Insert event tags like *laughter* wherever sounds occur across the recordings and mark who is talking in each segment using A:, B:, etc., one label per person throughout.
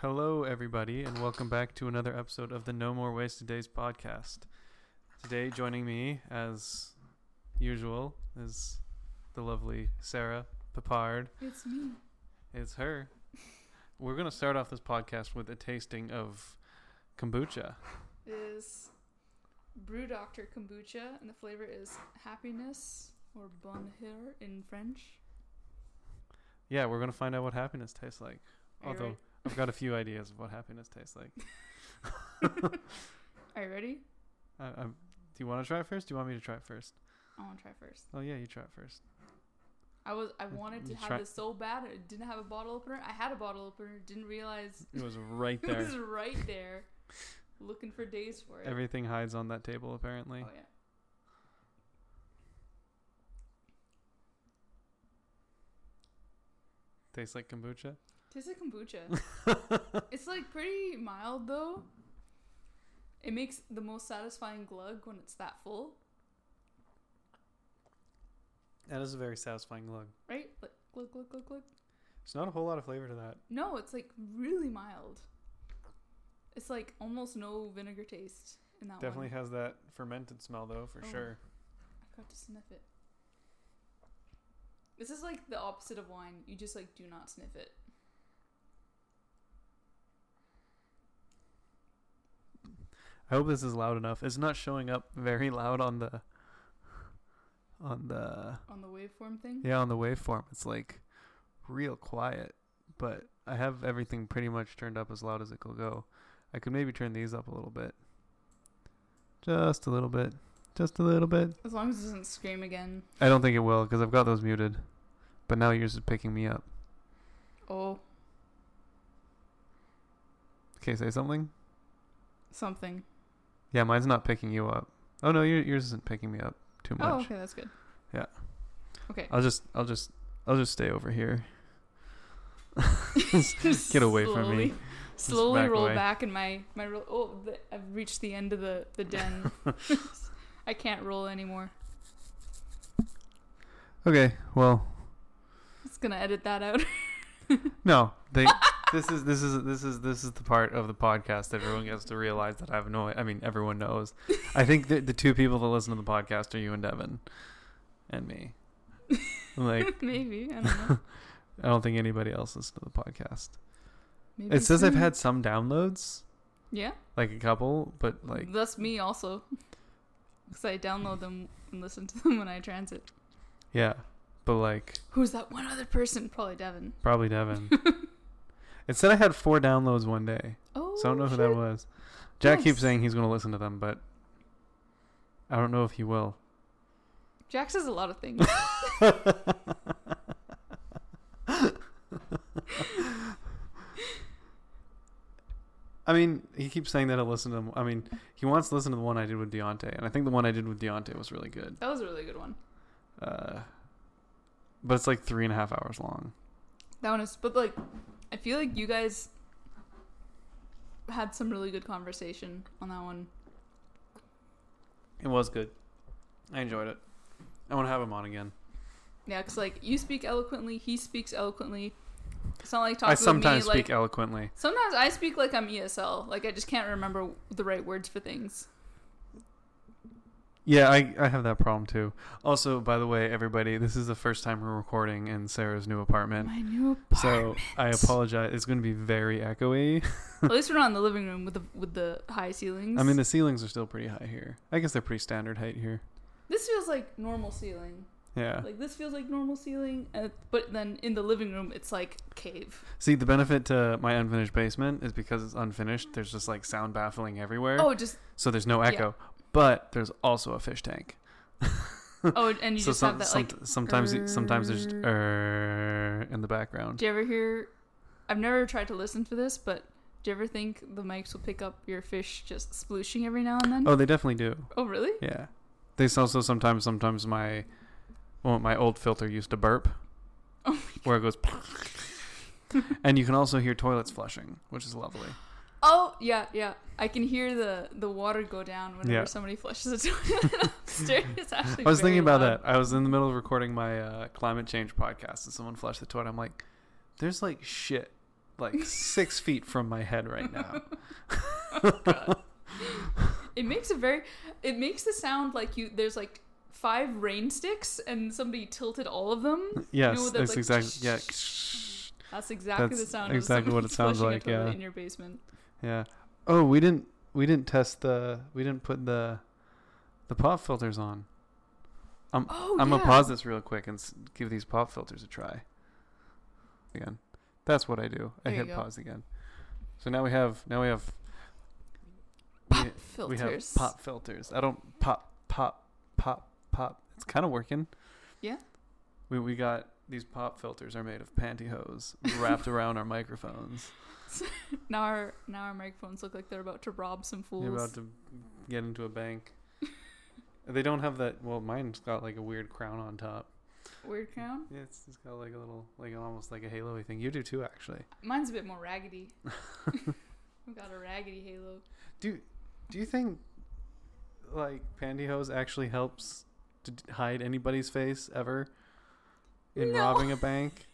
A: Hello, everybody, and welcome back to another episode of the No More Wasted Days podcast. Today, joining me, as usual, is the lovely Sarah Papard.
B: It's me.
A: It's her. We're going to start off this podcast with a tasting of kombucha.
B: Is Brew Doctor kombucha, and the flavor is happiness or bonheur in French.
A: Yeah, we're going to find out what happiness tastes like.
B: Are you
A: Although,
B: ready?
A: I've got a few ideas of what happiness tastes like.
B: Are you ready?
A: I, I, do you want to try it first? Do you want me to try it first?
B: I want to try first.
A: Oh, yeah, you try it first.
B: I was I wanted to
A: Mm, you
B: have
A: try-
B: this so bad. I didn't have a bottle opener. I had a bottle opener. Didn't realize
A: It was right
B: *laughs* it
A: there.
B: was right there. Looking for days for it.
A: Everything hides on that table, apparently.
B: oh yeah.
A: Tastes like kombucha.
B: Tastes like kombucha.
A: *laughs*
B: it's like pretty mild though. It makes the most satisfying glug when it's that full,
A: That is a very satisfying look.
B: right? Like glug glug glug glug.
A: There's not a whole lot of flavor to that.
B: No, it's like really mild. It's like almost no vinegar taste in that
A: Definitely
B: one.
A: has that fermented smell though, for
B: Oh.
A: sure.
B: I got to sniff it. This is like the opposite of wine. You just like do not sniff it.
A: I hope this is loud enough. It's not showing up very *laughs* loud on the on the
B: On the waveform thing?
A: yeah, on the waveform. It's like real quiet, but I have everything pretty much turned up as loud as it could go. I could maybe turn these up a little bit. Just a little bit. Just a little bit.
B: As long as it doesn't scream again.
A: I don't think it will because I've got those muted. But now yours is picking me up.
B: Oh,
A: Okay, say something.
B: something.
A: Yeah, mine's not picking you up. Oh no, your, yours isn't picking me up too much.
B: Oh, okay, that's good.
A: Yeah.
B: Okay.
A: I'll just, I'll just, I'll just stay over here. Get away from me.
B: *laughs* Slowly- Slowly
A: back
B: roll
A: away.
B: back in my my roll. Oh, the, I've reached the end of the
A: *laughs*
B: the den. *laughs* I can't roll anymore.
A: Okay, well,
B: It's gonna edit that out.
A: no,
B: *laughs*
A: they. this is this is this is this is the part of the podcast that everyone gets to realize that I have no. I mean, everyone knows. I think the the two people that listen to the podcast are you and Devin, and
B: *laughs*
A: me. I'm like,
B: Maybe I don't know.
A: I don't think anybody else listens to the podcast.
B: Maybe
A: It says I've
B: soon.
A: had some downloads,
B: yeah.
A: like a couple, but like
B: That's me also, *laughs* because I download them and listen to them when I transit.
A: yeah, but like
B: Who's that one other person? Probably Devin.
A: Probably Devin. *laughs* it said I had four downloads one day,
B: Oh,
A: so I don't know who
B: shit.
A: that was. Jack keeps
B: Nice.
A: saying he's going to listen to them, but I don't know if he *laughs* will.
B: Jack says a lot of
A: *laughs*
B: things.
A: I mean, he keeps saying that he'll listen to them. I mean, he wants to listen to the one I did with Deontay, and I think the one I did with Deontay was really good.
B: that was a really good one.
A: Uh, but it's like three and a half hours long.
B: That one is, but like, I feel like you guys had some really good conversation on that one.
A: It was good. I enjoyed it. I want to have him on again.
B: Yeah, because like you speak eloquently, he speaks eloquently. It's not like talking
A: I sometimes
B: with me,
A: speak
B: Like,
A: eloquently.
B: sometimes I speak like I'm ESL. Like I just can't remember the right words for things.
A: Yeah, I, I have that problem too. Also, by the way, everybody, this is the first time we're recording in Sarah's new apartment.
B: My new
A: So I apologize. It's going to be very echoey.
B: At least we're not in the living room with the with the high ceilings.
A: I mean, the ceilings are still pretty high here. I guess they're pretty standard height here.
B: this feels like normal ceiling.
A: Yeah.
B: Like this feels like normal ceiling, uh, but then in the living room it's like cave.
A: See, the benefit to my unfinished basement is because it's unfinished, there's just like sound baffling everywhere.
B: Oh, just
A: So there's no echo. But there's also a fish tank.
B: oh, and you
A: so
B: just
A: some,
B: have that
A: some-
B: like.
A: sometimes sometimes there's just
B: "Err."
A: er in the background.
B: Do you ever hear? I've never tried to listen to this, but do you ever think the mics will pick up your fish just splooshing every now and then?
A: Oh, they definitely do.
B: oh really?
A: Yeah. They s- also sometimes sometimes my well, my old filter used to burp.
B: Oh my
A: where it goes *laughs* and you can also hear toilets flushing, which is lovely.
B: Oh yeah, yeah. I can hear the the water go down whenever
A: Yeah.
B: somebody flushes *laughs* the toilet upstairs. It's actually
A: I was
B: very
A: thinking about
B: loud.
A: that. I was in the middle of recording my uh, climate change podcast and someone flushed the toilet. I'm like, there's like shit
B: *laughs*
A: like six feet from my head right now.
B: *laughs* It makes a very it makes the sound like you there's like five rain sticks and somebody tilted all of them.
A: Yes,
B: know,
A: that's
B: that's like-
A: exactly yeah.
B: That's exactly the
A: That's
B: sound
A: exactly
B: of
A: what it sounds
B: flushing a
A: like,
B: toilet
A: yeah.
B: in your basement.
A: Yeah. Oh, we didn't we didn't test the we didn't put the the pop filters on.
B: Oh,
A: I'm
B: yeah.
A: gonna pause this real quick and s- give these pop filters a try. Again, that's what I do. I
B: There you
A: hit
B: go.
A: pause again. So now we have now we have
B: Pop
A: we have
B: filters.
A: pop filters. I don't pop pop pop pop. It's kind of working.
B: Yeah.
A: We we got these pop filters are made of pantyhose
B: *laughs*
A: wrapped around our microphones.
B: Now our now our microphones look like they're about to rob some fools.
A: You're about to get into a bank. they don't have that. Well, mine's got like a weird crown on top.
B: Weird crown.
A: Yeah, it's, it's got like a little, like almost like a halo thing. You do too, actually.
B: Mine's a bit more
A: *laughs*
B: raggedy. I've got a raggedy halo.
A: Do do you think like pantyhose actually helps to d- hide anybody's face ever in
B: No.
A: robbing a
B: *laughs*
A: bank?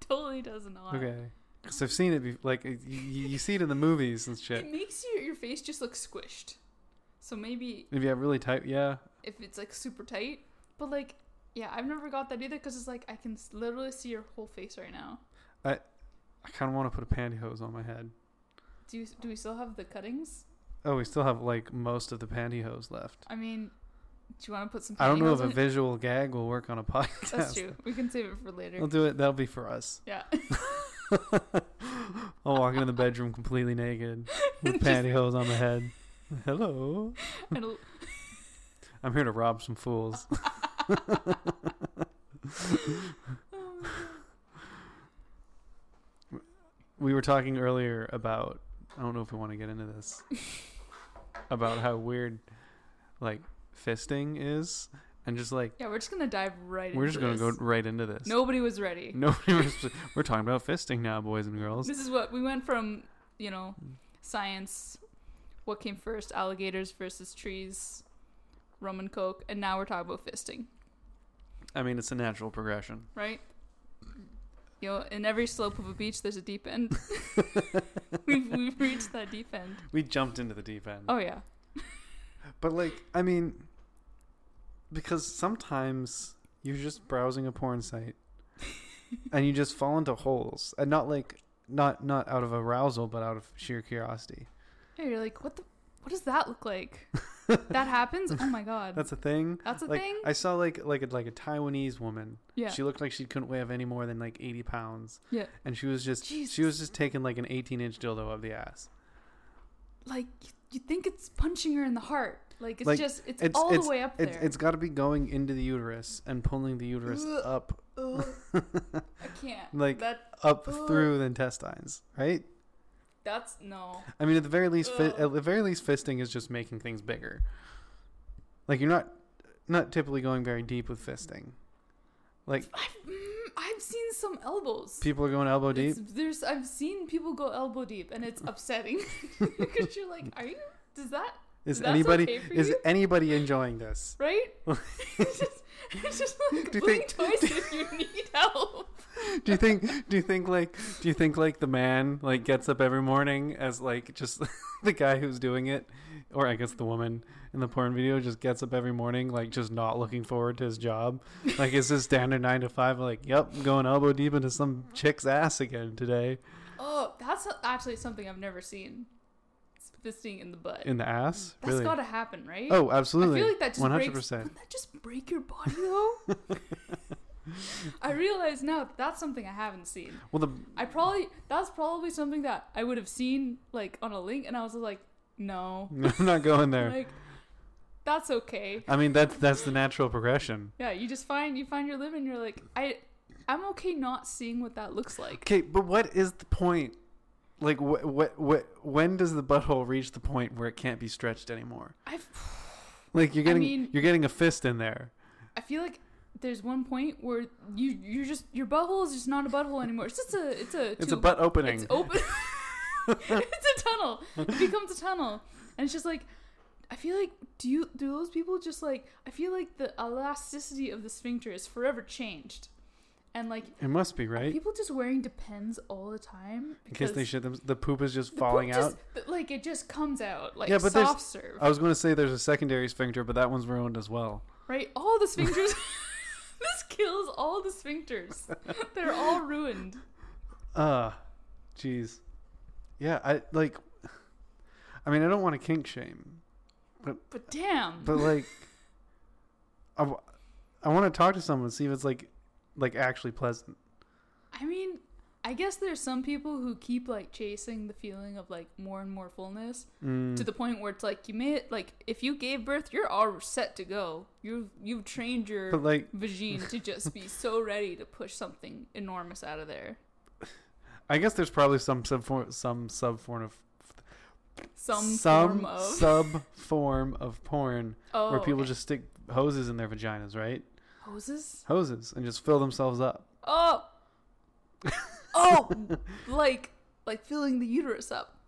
B: Totally does not.
A: Okay, because I've seen it. Be- like it- you, you you see it in the movies and
B: It
A: shit.
B: makes you, your face just look squished. So maybe
A: If you have really tight, yeah,
B: if it's like super tight, but like yeah, I've never got that either because it's like I can s- literally see your whole face right now.
A: I kind of want to put a pantyhose on my head.
B: Do you, do we still have the cuttings?
A: Oh, we still have like most of the pantyhose left.
B: I mean, do you want to put some?
A: I don't know
B: pantyhose
A: if a
B: in
A: *laughs*
B: it?
A: visual gag will work on a *laughs* podcast.
B: That's true. We can save it for later.
A: We'll do it. That'll be for us.
B: yeah. *laughs*
A: *laughs* I'll walk into the bedroom completely
B: *laughs*
A: naked with
B: Just-
A: pantyhose on my head. Hello.
B: And l-
A: I'm here to rob some fools. we were talking earlier about I don't know if we want to get into
B: *laughs*
A: this about how weird like fisting is and just like
B: yeah, we're just gonna dive right.
A: we're
B: into
A: just going to
B: this.
A: go right into this.
B: Nobody was ready.
A: Nobody was, we're talking about fisting now, boys and
B: *laughs*
A: girls.
B: This is what we went from. You know,
A: Hmm.
B: science. What came first, alligators versus trees, rum and coke, and now we're talking about fisting,
A: I mean, it's a natural progression.
B: right? You know, in every slope of a beach, there's a deep end.
A: *laughs*
B: we've, we've reached that deep end.
A: We jumped into the deep end.
B: Oh yeah.
A: But like, I mean, because sometimes you're just browsing a porn
B: *laughs*
A: site, and you just fall into holes, and not like not not out of arousal, but out of sheer curiosity.
B: Yeah, you're like, what the? What does that look like?
A: *laughs*
B: that happens. Oh my god. That's,
A: That's a thing.
B: a
A: like
B: thing.
A: I saw like like a, like a Taiwanese woman.
B: yeah.
A: She looked like she couldn't weigh up any more than like eighty pounds.
B: Yeah.
A: And she was just she
B: Jesus.
A: was just taking like an eighteen inch dildo up the ass.
B: like you, you think it's punching her in the heart. Like it's
A: Like,
B: just it's,
A: it's-
B: all
A: it's-
B: the way up
A: It,
B: there.
A: it's got to be going into the uterus and pulling the uterus
B: Ugh.
A: up
B: Ugh,
A: *laughs*
B: I can't.
A: like-
B: that
A: up
B: Ugh.
A: through the intestines, right?
B: that's no.
A: I mean, at the very least, fi-
B: Ugh.
A: at the very least, fisting is just making things bigger. Like you're not not typically going very deep with fisting. Like
B: I've, mm, I've seen some elbows.
A: people are going elbow deep.
B: It's- there's I've seen people go elbow deep and it's upsetting *laughs* because you're like, are you? Does that
A: Is
B: that's
A: anybody
B: okay for
A: is
B: you?
A: anybody enjoying this? *laughs*
B: *laughs* right? it's just, it's just like
A: Do you
B: blink
A: think-
B: twice
A: *laughs*
B: if you need help.
A: Do you think do you think like do you think like the man like gets up every morning as like just *laughs* the guy who's doing it or I guess the woman in the porn video just gets up every morning like just not looking forward to his job? Like is this standard 9 to 5 like yep, I'm going elbow deep into some chick's ass again today
B: Oh, that's actually something I've never seen. It's fisting in the butt.
A: in the ass?
B: That's
A: really?
B: gotta happen, right?
A: Oh, absolutely.
B: I feel like that just
A: one hundred
B: 100%.
A: percent.
B: Wouldn't that just break your body
A: *laughs*
B: though? *laughs* I realize now that that's something I haven't seen.
A: Well, the *laughs*
B: I probably that's probably something that I would have seen like on a link, and I was like, no,
A: I'm not going
B: *laughs*
A: there.
B: like that's okay.
A: I mean, that's that's the natural progression.
B: Yeah, you just find you find your limb, and you're like, I, I'm okay not seeing what that looks like.
A: Okay, but what is the point? Like, what what what? When does the butthole reach the point where it can't be stretched anymore?
B: I've,
A: Like you're getting
B: mean-
A: you're getting a fist in there.
B: I feel like there's one point where you you're just your butthole is just not a butthole anymore. It's just a it's a
A: It's a
B: tube.
A: butt opening.
B: It's open. *laughs* it's a tunnel.
A: *laughs*
B: It becomes a tunnel, and it's just like I feel like do you do those people just like I feel like the elasticity of the sphincter is forever changed, and like
A: It must be right.
B: people just wearing depends all the time
A: In case they
B: because
A: shit them, the poop is just
B: the poop
A: falling out.
B: just- th- like it just comes out like
A: Yeah, but there's-
B: soft serve,
A: I was going to say there's a secondary sphincter, but that one's ruined as well.
B: right? All the sphincters. *laughs* this kills all the sphincters. *laughs* They're all ruined.
A: Uh, jeez. Yeah, I like. I mean, I don't want to kink shame,
B: But damn.
A: but
B: *laughs*
A: like, I, w- I want to talk to someone see if it's like, like actually pleasant.
B: I mean, I guess there's some people who keep like chasing the feeling of like more and more fullness
A: Mm,
B: to the point where it's like you may like if you gave birth, you're all set to go. You've you've trained your
A: but like,
B: vagine to
A: *laughs*
B: just be so ready to push something enormous out of there.
A: I guess there's probably some sub some sub form of
B: Some, form of
A: sub form of porn
B: oh,
A: where people
B: okay.
A: just stick hoses in their vaginas, right?
B: hoses.
A: Hoses and just fill themselves up. *laughs*
B: Oh, oh, like like filling the uterus up.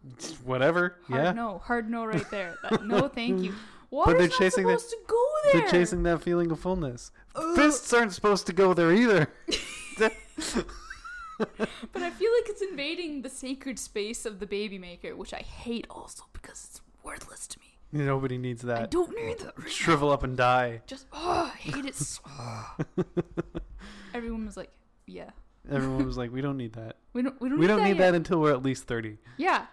A: Whatever.
B: Hard
A: yeah.
B: no, hard no, right there. That, no, thank
A: *laughs*
B: you. Water's
A: they're
B: not
A: chasing the-
B: supposed to go there.
A: They're chasing that feeling of fullness.
B: Ugh.
A: Fists aren't supposed to go there either. *laughs*
B: But I feel like it's invading the sacred space of the baby maker, which I hate also because it's worthless to me.
A: Nobody needs
B: I
A: that.
B: don't need that. right now.
A: Shrivel up and die.
B: Just oh, I hate
A: *laughs*
B: it. So. Everyone was like, "Yeah,
A: Everyone was like, "We don't need that.
B: we don't, *laughs* we don't,
A: We don't need
B: yet.
A: that until we're at least 30.
B: Yeah,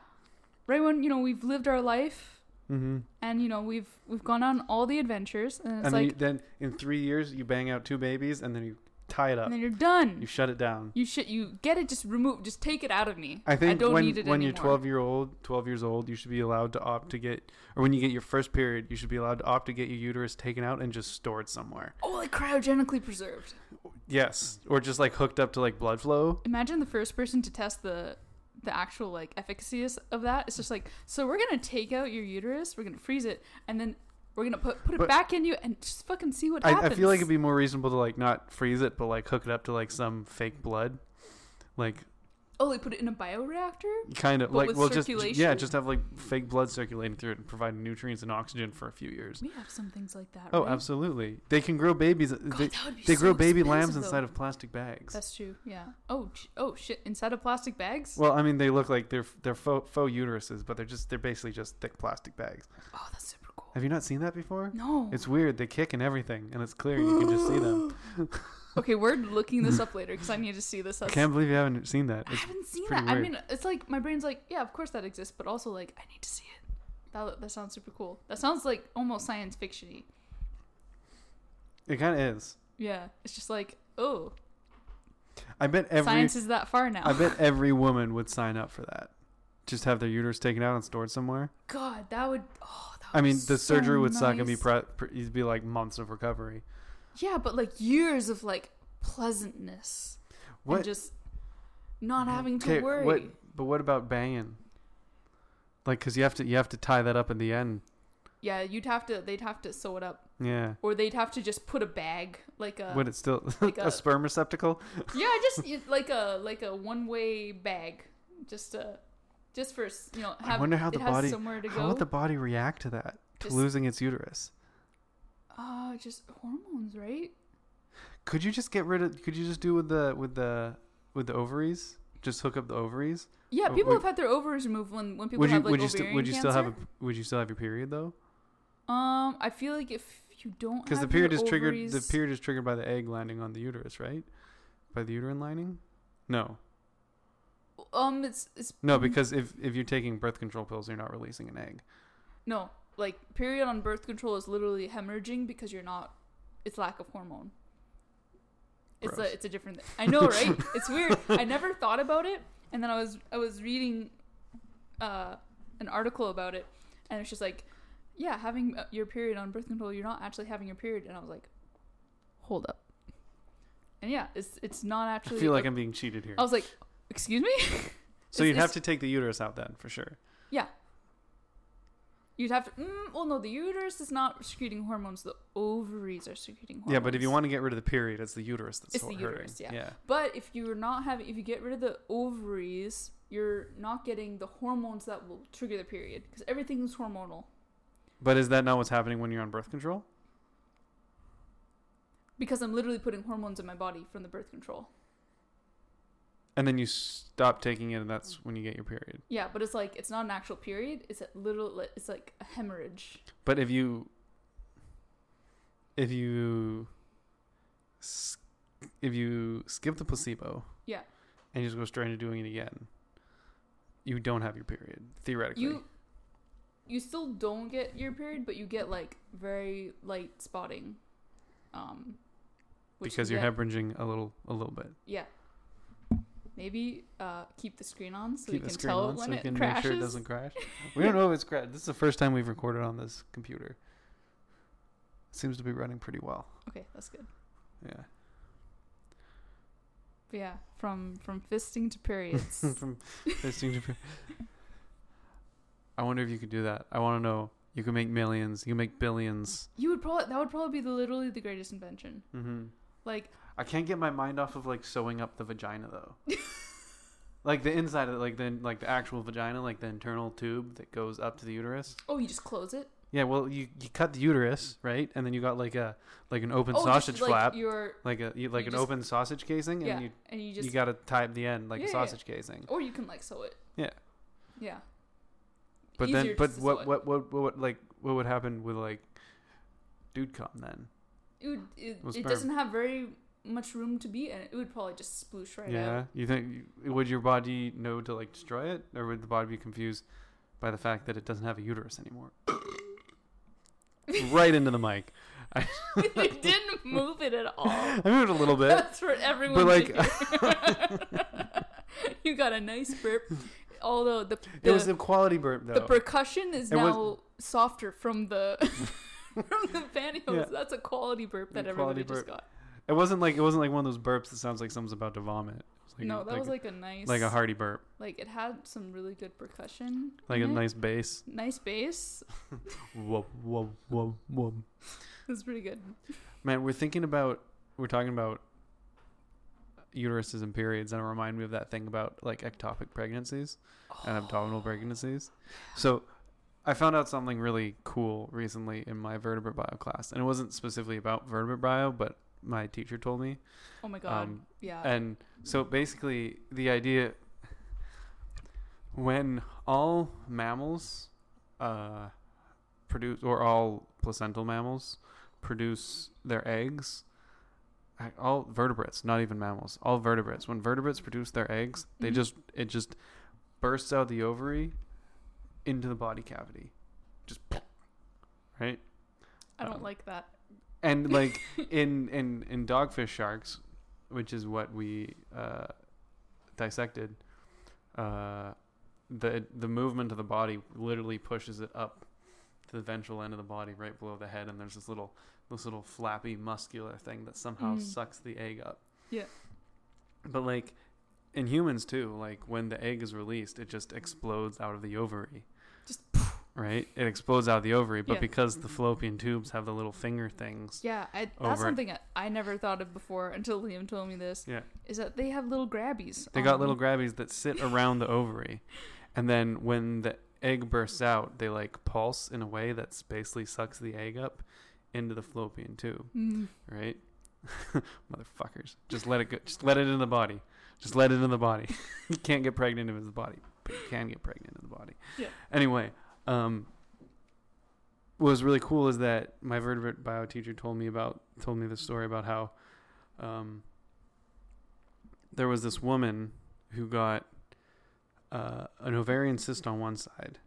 B: right when you know we've lived our life
A: Mm-hmm.
B: and you know we've we've gone on all the adventures, and
A: And
B: it's
A: then,
B: like,
A: you, then in three years, you bang out two babies, and then you tie it up.
B: and then you're
A: uh, You
B: done.
A: shut it down.
B: You should you get it. Just remove. Just take it out of me.
A: I think
B: don't
A: when
B: need it
A: when you're
B: anymore.
A: 12 year old, 12 years old, you should be allowed to opt to get, or when you get your first period, you should be allowed to opt to get your uterus taken out and just stored somewhere.
B: Oh, like cryogenically preserved.
A: Yes, or just like hooked up to like blood flow.
B: imagine the first person to test the the actual like efficacy is- of that it's just like so we're gonna take out your uterus we're gonna freeze it and then we're gonna put put it
A: But-
B: back in you and just fucking see what
A: I, I
B: happens
A: feel like it'd be more reasonable to like not freeze it, but like hook it up to like some fake blood, like
B: oh they put it in a bioreactor
A: kind of
B: But
A: like
B: with
A: well just yeah,
B: circulation.
A: just have like fake blood circulating through it and providing nutrients and oxygen for a few years.
B: we have some things like that
A: Oh,
B: right?
A: absolutely. They can grow babies. uh,
B: God,
A: they
B: that would be
A: they
B: so
A: grow baby lambs
B: expensive,
A: inside
B: though.
A: of plastic bags.
B: that's true yeah oh sh- oh shit inside of plastic bags
A: well, I mean, they look like they're they're faux, faux uteruses, but they're just they're basically just thick plastic bags.
B: oh that's super cool
A: Have you not seen that before?
B: no
A: It's weird. They kick and everything, and it's clear. You can just see them.
B: *laughs* okay we're looking this up later because i need to see this
A: I
B: *gasps* That's-
A: can't believe you haven't seen that.
B: I
A: It's
B: haven't seen
A: pretty
B: that. I
A: weird.
B: mean, it's like my brain's like, yeah, of course that exists, but also like I need to see it. That lo- that sounds super cool. That sounds like almost science fictiony.
A: it kind of is.
B: Yeah, it's just like, oh,
A: I bet every
B: science is that far now.
A: I bet every woman would sign up for that. Just have their uterus taken out and stored somewhere.
B: God, that would. Oh, that
A: I
B: would be
A: mean, the
B: so
A: surgery would suck and be
B: nice.
A: pre- pre- it'd be like months of recovery.
B: Yeah, but like years of like pleasantness
A: What?
B: and just not having to
A: okay,
B: worry.
A: What, but what about banging? Like, cause you have to you have to tie that up at the end.
B: Yeah, you'd have to. They'd have to sew it up,
A: Yeah.
B: or they'd have to just put a bag like a.
A: Would it still
B: Uh,
A: *laughs*
B: like
A: a,
B: a-
A: sperm receptacle?
B: yeah just you- like a like a one way bag just uh just for s- you know
A: I
B: have,
A: wonder how
B: it
A: the
B: has
A: body-
B: somewhere to
A: How
B: go
A: would the body react to that? To
B: Just-
A: losing its uterus?
B: uh just hormones right
A: Could you just get rid of? Could you just do with the with the with the ovaries? Just hook up the ovaries.
B: yeah
A: Oh,
B: people
A: would-
B: have had their ovaries removed when when people
A: would you
B: have like
A: would you
B: ovarian
A: still would you still have a
B: cancer.
A: would you still have your period though?
B: um i feel like if you don't
A: Because the
B: have
A: period
B: your
A: is triggered. The
B: ovaries-
A: period is triggered by the egg landing on the uterus, right? By the uterine lining. No,
B: um it's it's
A: no,
B: Mm.
A: because if if you're taking birth control pills, you're not releasing an egg.
B: no like period on birth control is literally hemorrhaging because you're not it's lack of hormone it's
A: Gross.
B: a it's a different thing. I know, right?
A: *laughs*
B: it's weird. I never thought about it, and then I was I was reading uh, an article about it, and it's just like, yeah, having uh, your period on birth control, you're not actually having your period, and I was like, hold up, and yeah, it's it's not
A: I
B: actually.
A: feel like
B: a-
A: I'm being cheated here.
B: I was like, excuse me.
A: so
B: Oh, it's-
A: you'd have
B: it's-
A: to take the uterus out then for sure.
B: You'd have to. Mm, well, no, the uterus is not secreting hormones. The ovaries are secreting hormones.
A: Yeah, but if you want to get rid of the period, it's the uterus that's
B: It's the
A: hurting.
B: uterus, yeah.
A: yeah.
B: But if you're not having, if you get rid of the ovaries, you're not getting the hormones that will trigger the period because everything's hormonal.
A: But is that not what's happening when you're on birth control?
B: Because I'm literally putting hormones in my body from the birth control.
A: And then you stop taking it, and that's when you get your period.
B: Yeah, but it's like it's not an actual period. It's a little. It's like a hemorrhage.
A: But if you, if you, s- if you skip the placebo,
B: Yeah.
A: and you just go straight into doing it again, you don't have your period theoretically.
B: You you still don't get your period, but you get like very light spotting. Um which
A: because
B: you
A: you're
B: get-
A: hemorrhaging a little, a little bit.
B: Yeah. Maybe uh keep the screen on so
A: Keep
B: we
A: the
B: can
A: screen
B: tell
A: on so
B: when
A: we
B: it
A: can
B: crashes.
A: make sure it doesn't
B: *laughs*
A: crash. We don't know if it's crashed. This is the first time we've recorded on this computer. seems to be running pretty well.
B: Okay, that's good.
A: Yeah.
B: But yeah, from from fisting
A: *laughs*
B: to periods.
A: from listening to. I wonder if you could do that. I want to know. You can make millions. You can make 1000000000s
B: you would probably that would probably be the, literally the greatest invention.
A: Mm-hmm.
B: Like
A: I can't get my mind off of like sewing up the vagina though. like the inside of it, like the like the actual vagina, like the internal tube that goes up to the uterus.
B: oh, you just close it.
A: Yeah. Well, you you cut the uterus right, and then you got like a like an open
B: oh,
A: sausage
B: just, like,
A: flap,
B: Your
A: like a you, like
B: you
A: an
B: just-
A: open sausage casing,
B: yeah,
A: and you
B: and you just
A: you gotta tie up the end like
B: Yeah,
A: a
B: yeah, yeah.
A: sausage casing.
B: or you can like sew it.
A: Yeah.
B: Yeah.
A: But
B: Easier
A: then,
B: just
A: but
B: to
A: what,
B: sweat.
A: what, what, what, what, like, what would happen with like, dude, come then?
B: it would, it,
A: Was
B: it
A: sperm.
B: doesn't have very much room to be in it. It would probably just sploosh right
A: yeah,
B: out.
A: you think would your body know to like destroy it, or would the body be confused by the fact that it doesn't have a uterus
B: *laughs*
A: anymore? *laughs* right into the mic.
B: they
A: *laughs*
B: didn't move it at all.
A: I moved a little bit.
B: *laughs* That's for everyone.
A: but,
B: to
A: *laughs*
B: hear. *laughs* you got a nice burp. Although the
A: it was
B: the,
A: a quality burp though.
B: the percussion is
A: It was-
B: now softer from the *laughs* from the pantyhose.
A: Yeah.
B: That's a quality burp that
A: A
B: everybody
A: quality
B: just
A: burp.
B: got.
A: it wasn't like it wasn't like one of those burps that sounds like someone's about to vomit. It was
B: no,
A: a-
B: that was like a nice
A: like a hearty burp,
B: like, it had some really good percussion.
A: like a
B: in it.
A: nice bass.
B: nice bass. *laughs*
A: Whoop whoop whoop whoop.
B: It was pretty good.
A: Man, we're thinking about we're talking about uteruses and periods, and it remind me of that thing about like ectopic pregnancies and abdominal pregnancies. So, I found out something really cool recently in my vertebrate bio class, and it wasn't specifically about vertebrate bio, but my teacher told me.
B: Oh my god.
A: Um,
B: yeah.
A: And so basically, the idea when all mammals uh, produce, or all placental mammals produce their eggs, I- all vertebrates, not even mammals, all vertebrates, when vertebrates produce their eggs, they
B: Mhm.
A: just, it just bursts out the ovary into the body cavity. Just, *sniffs* right?
B: I don't
A: um,
B: like that. *laughs*
A: and like in in in dogfish sharks which is what we uh dissected uh the the movement of the body literally pushes it up to the ventral end of the body right below the head and there's this little this little flappy muscular thing that somehow
B: Mm.
A: sucks the egg up
B: Yeah.
A: but like in humans too like when the egg is released it just explodes out of the ovary
B: Just
A: right it explodes out of the ovary but
B: Yeah.
A: because the fallopian tubes have the little finger things
B: Yeah, I,
A: Over.
B: that's something I, I never thought of before until Liam told me this.
A: Yeah.
B: Is that they have little grabbies. Um,
A: They got
B: on
A: little
B: them.
A: grabbies that sit around the ovary, and then when the egg bursts out, they like pulse in a way that basically sucks the egg up into the fallopian tube.
B: Mm.
A: Right, *laughs* motherfuckers, just let it go. Just let it in the body. Just let it in the body. *laughs* you can't get pregnant if it's the body, but you can get pregnant in the body.
B: Yeah.
A: Anyway, um, what was really cool is that my vertebrate bio teacher told me about told me this story about how um, there was this woman who got uh, an ovarian cyst on one side,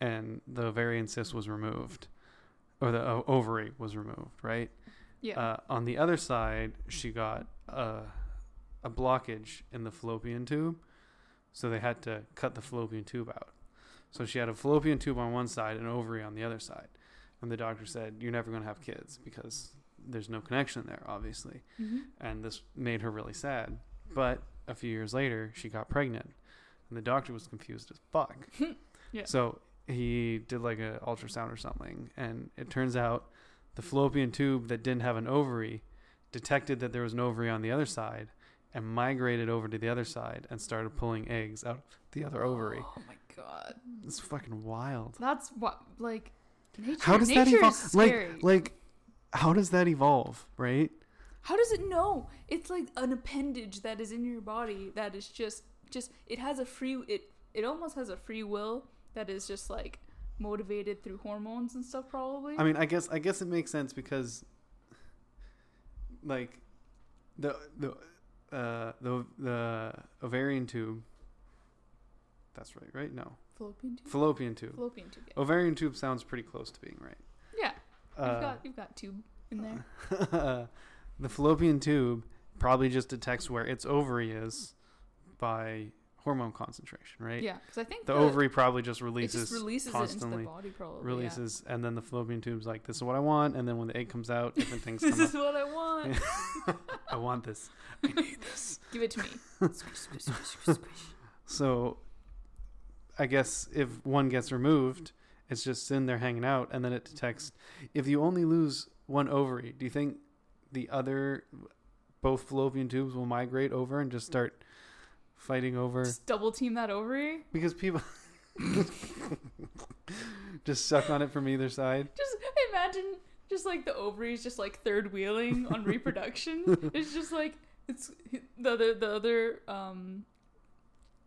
A: and the ovarian cyst was removed, or the o- ovary was removed, right?
B: Yeah.
A: Uh, on the other side, she got a, a blockage in the fallopian tube, so they had to cut the fallopian tube out. So she had a fallopian tube on one side and ovary on the other side, and the doctor said, "You're never going to have kids because there's no connection there, obviously."
B: Mhm.
A: And this made her really sad. But a few years later, she got pregnant, and the doctor was confused as fuck.
B: *laughs* Yeah.
A: So he did like a ultrasound or something, and it turns out the fallopian tube that didn't have an ovary detected that there was an ovary on the other side and migrated over to the other side and started pulling eggs out of the other
B: *gasps*
A: ovary.
B: Oh my god.
A: It's fucking wild.
B: That's what like nature,
A: How does that
B: nature
A: evolve?
B: is
A: Like-
B: scary.
A: Like, how does that evolve, right?
B: How does it know? It's like an appendage that is in your body that is just just it has a free it it almost has a free will that is just like motivated through hormones and stuff probably.
A: I mean, I guess I guess it makes sense because, like, the the uh, the the ovarian tube. That's right, right? No,
B: fallopian tube.
A: fallopian tube.
B: Fallopian tube. Yeah.
A: Ovarian tube sounds pretty close to being right.
B: yeah. You've
A: oh, Uh,
B: got
A: *laughs*
B: you've got tube in there.
A: the fallopian tube probably just detects where its ovary is by hormone concentration, right?
B: Yeah, cuz I think
A: The ovary probably just
B: it
A: releases,
B: just releases it into the
A: constantly.
B: body probably. yeah.
A: releases, and then the fallopian tube's like, "This is what I want," and then when the egg comes out, different things
B: *laughs* This
A: come
B: is
A: out.
B: what I want.
A: *laughs* I want this.
B: Give it to me.
A: So I guess if one gets removed, it's just in there hanging out and then it detects if you only lose one ovary, do you think the other both fallopian tubes will migrate over and just start fighting over
B: Just double team that ovary.
A: because people *laughs* just suck on it from either side.
B: Just imagine, just like the ovaries, just like third wheeling
A: *laughs*
B: on reproduction. It's just like it's the other, the other, um,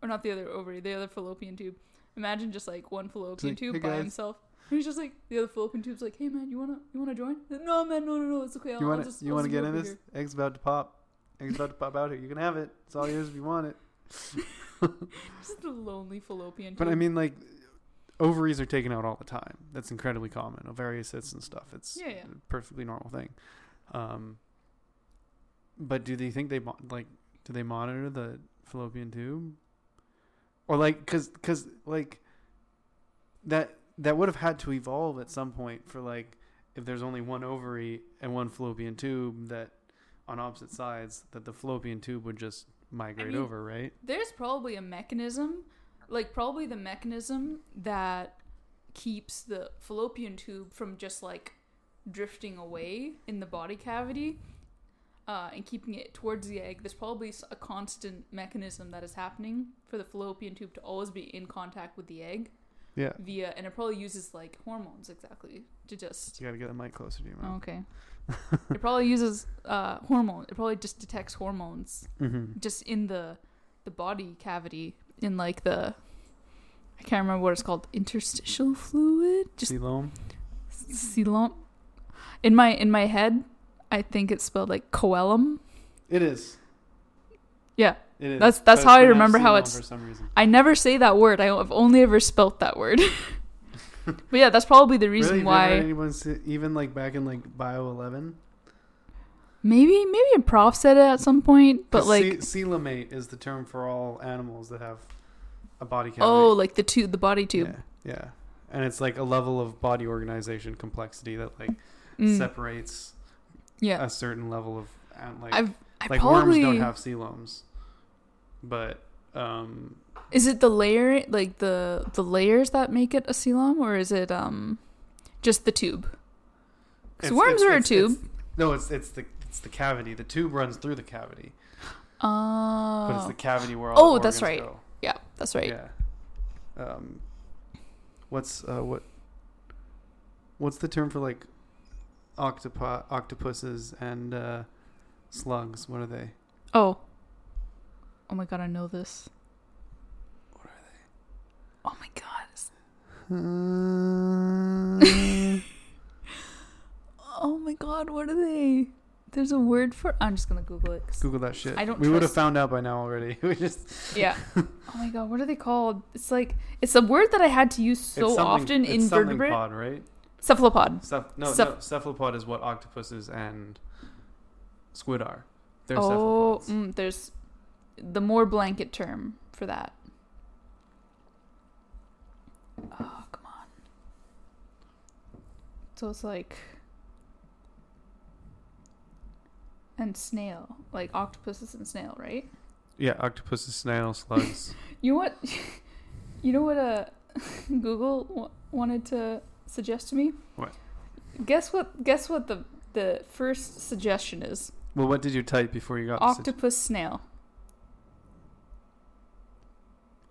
B: or not the other ovary, the other fallopian tube. Imagine just like one fallopian
A: like,
B: tube
A: "Hey,
B: by
A: guys."
B: himself. And he's just like the other fallopian tube's like, "Hey man, you wanna you wanna join?" No man, no no no, it's okay. I'll,
A: You
B: I'll
A: want
B: just,
A: to you
B: I'll
A: want to get
B: just be
A: in
B: over
A: this?
B: here."
A: Egg's about to pop. Egg's about to pop out here. You can have it. It's all yours if you want it.
B: *laughs* Just the lonely fallopian.
A: But I
B: tube.
A: mean, like, ovaries are taken out all the time. That's incredibly common. Ovarian cysts and stuff. It's
B: Yeah, yeah.
A: a perfectly normal thing. Um, but do they think they mo- like? Do they monitor the fallopian tube? Or like, cause, cause like that that would have had to evolve at some point for like if there's only one ovary and one fallopian tube that on opposite sides that the fallopian tube would just migrate
B: mean,
A: over, right?
B: There's probably a mechanism, like probably the mechanism that keeps the fallopian tube from just like drifting away in the body cavity uh, and keeping it towards the egg. There's probably s- a constant mechanism that is happening for the fallopian tube to always be in contact with the egg
A: Yeah.
B: via, and it probably uses like hormones exactly to just.
A: You got to get the mic closer to your mouth.
B: Okay. it probably uses uh, hormone. It probably just detects hormones
A: Mm-hmm.
B: just in the the body cavity in like the I can't remember what it's called interstitial fluid just
A: Coelom?
B: coelom in my in my head I think it's spelled like coelum
A: It is.
B: yeah
A: It is.
B: That's- that's
A: But
B: how I
A: pronounced
B: remember how
A: coelom
B: it's-
A: For some reason.
B: I never say that word I- I've only ever spelt that word *laughs* but yeah that's probably the reason
A: Really? You've never
B: why
A: heard anyone say, even like back in like Bio 11?
B: maybe maybe a prof said it at some point but
A: 'Cause
B: like
A: ce- coelomate is the term for all animals that have a body cavity.
B: oh like the tube the body tube
A: Yeah. yeah. And it's like a level of body organization complexity that like
B: Mm,
A: separates
B: yeah
A: a certain level of an- uh, like
B: I've I
A: like
B: probably
A: worms don't have coeloms, but um
B: Is it the layer, like the the layers that make it a coelom, or is it um, just the tube?
A: it's-
B: Because
A: it's-
B: worms are a
A: it's- it's-
B: tube.
A: no, it's it's the it's the cavity. The tube runs through the cavity,
B: Oh,
A: but it's the cavity where all
B: Oh,
A: the
B: that's
A: organs
B: right.
A: go.
B: yeah, that's right.
A: Yeah. Um, what's uh, what? What's the term for like octopi, octopuses and uh, slugs? What are they?
B: *laughs* Oh, oh my god, I know this.
A: What are they?
B: Oh my god, it's-
A: Uh,
B: oh my god, what are they? There's a word for. I'm just gonna Google it. 'cause-
A: Google that shit.
B: I don't
A: We would have
B: trust-
A: found out by now already. *laughs* we just
B: yeah. Oh my god, what are they called? It's like it's a word that I had to use
A: it's
B: so
A: something-
B: often.
A: it's something
B: Invertebrate
A: pod, right?
B: cephalopod.
A: Ceph- no,
B: Ceph-
A: no, cephalopod is what octopuses and squid are. They're
B: oh,
A: cephalopods.
B: mm, there's the more blanket term for that. Oh, come on. So it's like. And snail. Like octopuses and snail, right?
A: Yeah, octopuses, snails, slugs.
B: You know what? *laughs* you know what uh, *laughs* Google w- wanted to suggest to me?
A: What?
B: Guess what? Guess what the the first suggestion is?
A: well, what did you type before you got the sit-
B: Octopus snail.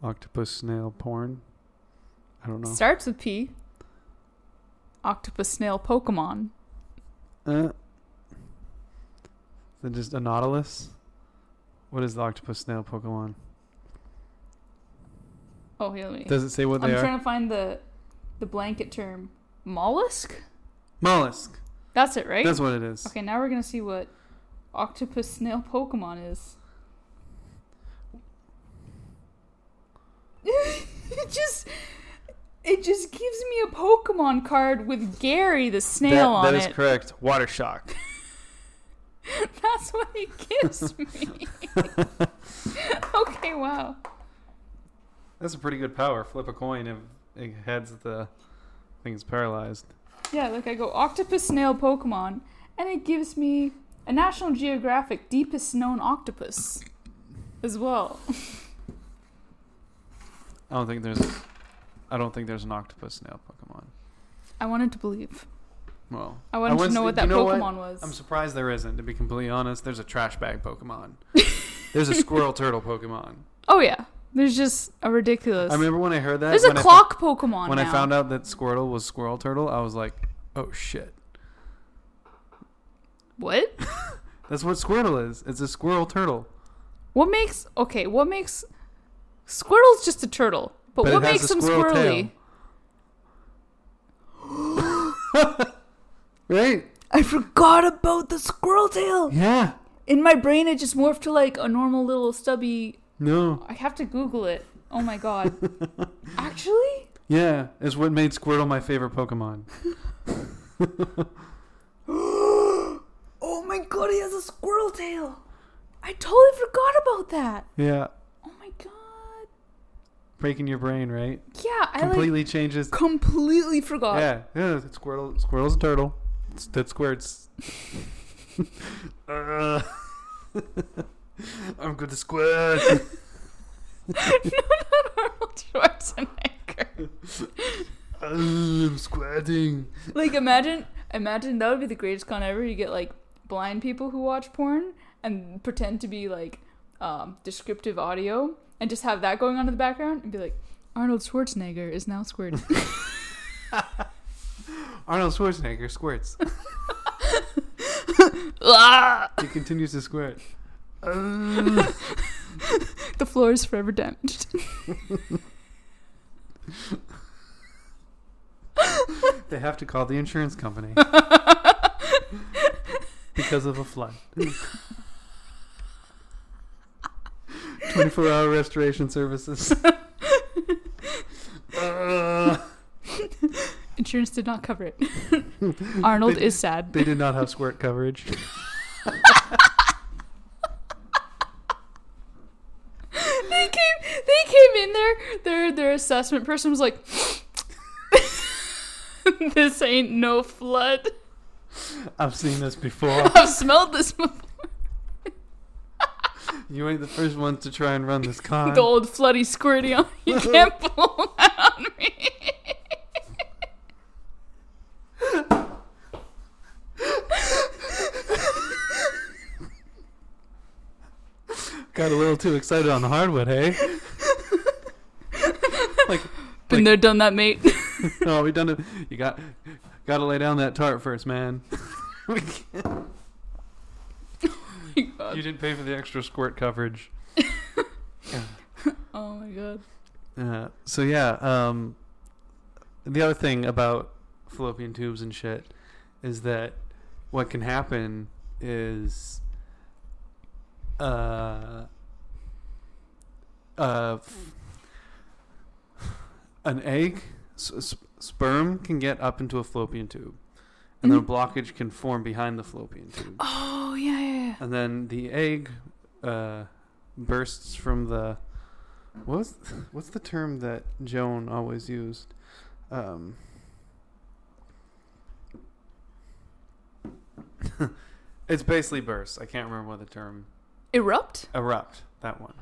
A: Octopus snail porn. I don't know.
B: Starts with P. Octopus snail Pokemon.
A: Uh, Then Uh, just a nautilus. What is the octopus snail Pokemon?
B: Oh, here, let me.
A: Does it say what
B: I'm
A: they are?
B: trying to find the the blanket term mollusk.
A: Mollusk.
B: That's it, right?
A: That's what it is.
B: okay, now we're gonna see what octopus snail Pokemon is. *laughs* it just it just gives me a Pokemon card with Gary the snail
A: that
B: on
A: is
B: it.
A: correct. Water shock. *laughs*
B: That's what it *laughs* gives me.
A: *laughs*
B: *laughs* okay, wow.
A: That's a pretty good power. Flip a coin if it heads the thing is paralyzed.
B: Yeah, like I go octopus snail Pokemon, and it gives me a National Geographic deepest known octopus as well.
A: I don't think there's. I don't think there's an octopus snail Pokemon.
B: I wanted to believe.
A: Well,
B: I wanted to
A: was-
B: know what
A: you
B: that
A: know what?
B: Pokemon was.
A: I'm surprised there isn't. To be completely honest, there's a trash bag
B: *laughs*
A: Pokemon. there's a squirrel turtle Pokemon.
B: oh yeah, there's just a ridiculous.
A: I remember when I heard that.
B: there's a
A: when I fo-
B: clock Pokemon.
A: when
B: now.
A: I found out that Squirtle was squirrel turtle, I was like, oh shit.
B: what?
A: That's what Squirtle is. It's a squirrel turtle.
B: What makes okay? What makes Squirtle's just a turtle, but,
A: But
B: what
A: it has
B: makes
A: a
B: him
A: squirrel tail.
B: squirrely?
A: Right?
B: I forgot about the squirrel tail.
A: Yeah.
B: In my brain, it just morphed to like a normal little stubby
A: No.
B: I have to Google it. Oh my *laughs* god. Actually?
A: Yeah. It's what made Squirtle my favorite Pokemon.
B: *gasps* Oh my god, he has a squirrel tail. I totally forgot about that.
A: Yeah.
B: Oh my god.
A: Breaking your brain, right?
B: Yeah, I like
A: Completely changes.
B: completely forgot.
A: Yeah. Yeah. it's Squirtle. Squirtle's a turtle. It's, that squirts. *laughs* Uh, *laughs* I'm good to squirt.
B: *laughs* no, not Arnold Schwarzenegger.
A: Uh, *laughs* I'm squirting. *laughs*
B: Like imagine imagine that would be the greatest con ever. You get like blind people who watch porn and pretend to be like um, descriptive audio and just have that going on in the background and be like Arnold Schwarzenegger is
A: *laughs*
B: now squirting.
A: Arnold Schwarzenegger squirts.
B: Ah!
A: He continues to squirt. Uh,
B: The floor is forever
A: *laughs*
B: damaged.
A: they have to call the insurance company because of a flood. 24 hour restoration services. Uh,
B: Insurance did not
A: *laughs*
B: cover it. Arnold is sad.
A: they did not have squirt coverage.
B: They came. They came in there. Their their assessment person was like, *laughs* "This ain't
A: *laughs*
B: no flood.
A: I've seen this
B: *laughs*
A: before.
B: I've smelled this before.
A: You ain't the first ones to try and
B: *laughs*
A: run this con.
B: The old floody squirty
A: *laughs*
B: on. You can't pull that on me."
A: Got a little too excited on the hardwood,
B: *laughs*
A: hey? like,
B: Been
A: Like-
B: there, done that, mate.
A: *laughs* no, we done it. You got, got to lay down that tarp first, man. *laughs* We can't-
B: Oh my
A: you
B: god.
A: didn't pay for the extra squirt
B: *laughs*
A: coverage.
B: Oh my god.
A: Uh, so yeah, um, the other thing about fallopian tubes and shit is that what can happen is uh, uh, f- an egg s- s- sperm can get up into a fallopian tube, and then a
B: Mhm.
A: blockage can form behind the fallopian tube
B: Oh yeah, yeah, yeah.
A: and then the egg uh, bursts from the what was what's the term that Joan always used? Um, *laughs* it's basically bursts. I can't remember what the term *laughs*
B: Erupt.
A: erupt that one.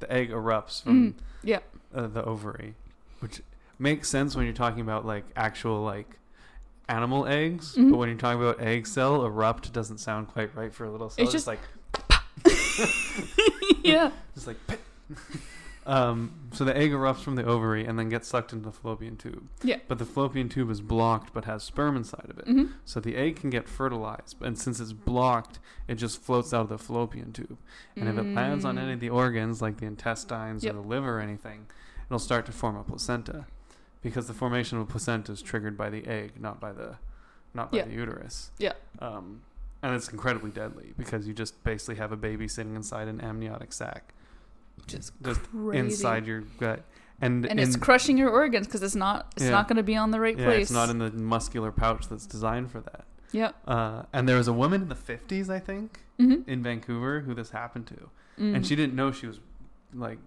A: The egg erupts from
B: Mm, yeah.
A: uh, the ovary, which makes sense when you're talking about like actual like animal eggs,
B: Mhm.
A: but when you're talking about egg cell, erupt doesn't sound quite right for a little cell.
B: It's
A: It's just
B: just-
A: like
B: yeah.
A: It's like *laughs* Um, so the egg erupts from the ovary and then gets sucked into the fallopian tube.
B: Yeah.
A: But the fallopian tube is blocked but has sperm inside of it.
B: hmm
A: So the egg can get fertilized, and since it's blocked, it just floats out of the fallopian tube. And if it lands
B: Mm.
A: on any of the organs, like the intestines
B: Yep.
A: or the liver or anything, it'll start to form a placenta, because the formation of a placenta is triggered by the egg, not by the, not by
B: Yeah.
A: the uterus.
B: Yeah.
A: Um, and it's incredibly deadly because you just basically have a baby sitting inside an amniotic sac,
B: Just
A: just
B: crazy.
A: inside your gut, and
B: and it's
A: in-
B: crushing your organs because it's not it's
A: Yeah.
B: not going to be on the right
A: yeah,
B: place.
A: it's not in the muscular pouch that's designed for that.
B: Yep.
A: Uh, and there was a woman in the 50s, I think,
B: Mhm.
A: in Vancouver who this happened to.
B: Mm.
A: And she didn't know she was, like,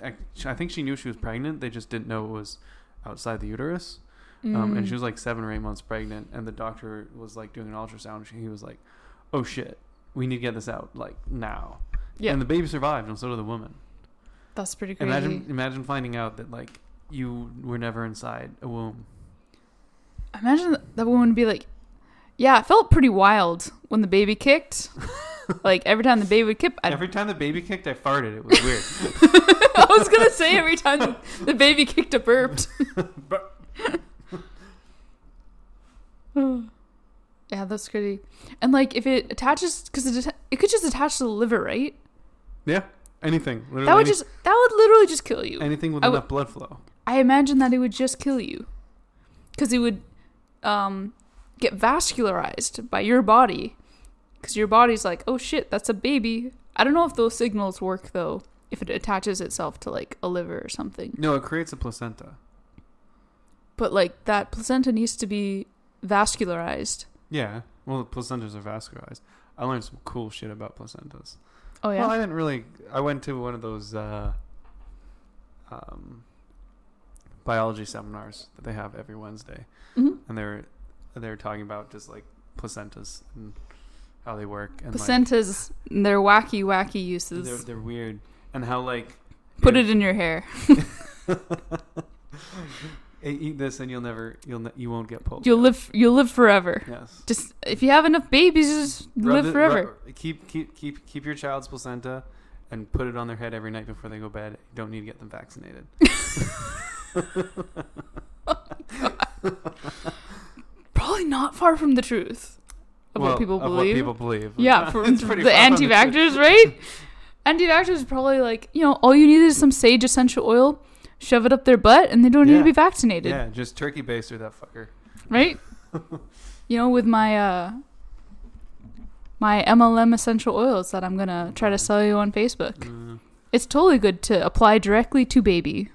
A: ac- I think she knew she was pregnant. They just didn't know it was outside the uterus. Um, and
B: Mm.
A: she was, like, seven or eight months pregnant. And the doctor was, like, doing an ultrasound. She, he was like, oh shit, we need to get this out, like, now.
B: Mm. Yeah.
A: And the baby survived, and so did the woman.
B: that's pretty crazy.
A: Imagine, imagine finding out that, like, you were never inside a *laughs* womb.
B: Imagine that woman would be like, "Yeah, I felt pretty wild when the baby kicked. like every time the baby would kick, I,
A: Every time the baby kicked, I farted. It was weird.
B: I was gonna say every time the baby kicked
A: *laughs*
B: a burped." *sighs* yeah, that's crazy. And like if it attaches, because it atta- it could just attach to the liver, right?
A: *laughs* yeah. Anything. Literally
B: That would
A: anything.
B: just that would literally just kill you.
A: anything with
B: I would-
A: enough blood flow.
B: I imagine that it would just kill you, because it would um, get vascularized by your body, because your body's like, oh shit, that's a baby. I don't know if those signals work though, if it attaches itself to like a liver or something.
A: No, it creates a placenta.
B: But like that placenta needs to be vascularized.
A: Yeah. Well, the placentas are vascularized. I learned some cool shit about placentas.
B: Oh yeah,
A: Well, I didn't really. I went to one of those uh, um, biology seminars that they have every Wednesday,
B: Mhm.
A: and they were they were talking about just like placentas and how they work and
B: placentas, and their wacky wacky
A: like they're
B: uses.
A: they're weird and how like
B: Put
A: if-
B: it in your hair.
A: Hey, e, eat this and you'll never you'll ne- you won't get polio.
B: You'll live. You'll live forever.
A: yes.
B: Just if you have enough babies, just
A: Rub
B: live
A: the-
B: forever.
A: rub- keep keep keep keep your child's placenta and put it on their head every night before they go bed. You don't need to get them vaccinated.
B: Probably not far from the truth of
A: Well,
B: what people
A: of
B: believe.
A: What people believe. *laughs*
B: Yeah, from
A: It's
B: the
A: pretty far on the truth.
B: anti-vaxxers, right? Anti-vaxxers are probably like, you know, all you need is some sage essential oil, shove it up their butt, and they don't need
A: Yeah.
B: to be vaccinated,
A: Yeah, just turkey baster that fucker. *laughs*
B: right? you know, with my uh, my MLM essential oils that I'm gonna try to sell you on Facebook,
A: Mm.
B: it's totally good to apply directly to baby.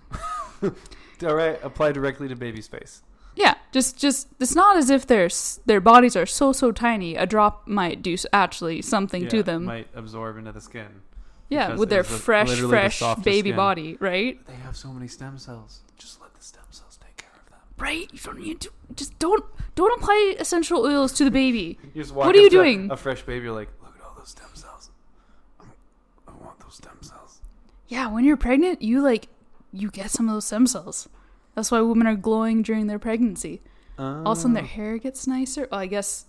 A: All right, apply directly to baby's face.
B: Yeah, just just it's not as if their s- their bodies are so so tiny. A drop might do s- actually something
A: Yeah,
B: to them.
A: might absorb into the skin.
B: yeah,
A: because
B: with
A: it
B: their
A: is the-
B: fresh
A: literally the
B: fresh
A: softest
B: baby
A: skin.
B: body, right?
A: They have so many stem cells. Just let the stem cells take care of them.
B: Right? You don't need to. Just don't don't apply essential oils to the baby.
A: You just walk
B: What are you
A: up to
B: doing?
A: A fresh baby, you're like, look at all those stem cells. I'm- I want those stem cells.
B: Yeah, when you're pregnant, you like you get some of those stem cells. That's why women are glowing during their pregnancy.
A: Oh.
B: All of a sudden, their hair gets nicer. Well, I guess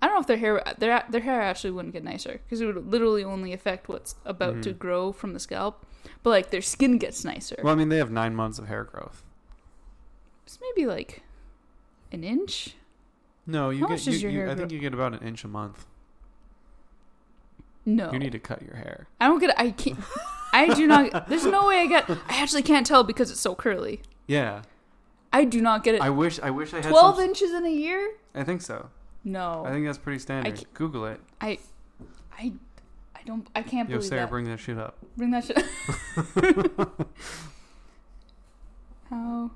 B: I don't know if their hair their their hair actually wouldn't get nicer because it would literally only affect what's about to
A: Mhm.
B: grow from the scalp. But like their skin gets nicer.
A: Well, I mean, they have nine months of hair growth.
B: It's maybe like an inch.
A: No, you
B: How
A: get.
B: much does
A: you-
B: your
A: you-
B: hair
A: I think you get about an inch a month.
B: No,
A: You need to cut your hair.
B: I don't get. I can't. I do not. There's no way I get. I actually can't tell because it's so curly.
A: Yeah,
B: I do not get it.
A: I wish. I wish I had.
B: 12
A: some-
B: inches in a year?
A: I think so.
B: No.
A: I think that's pretty standard.
B: ca-
A: Google it.
B: I I don't I can't
A: Yo,
B: believe
A: Sarah,
B: that. Bring,
A: bring that shit up.
B: that shit. *laughs* How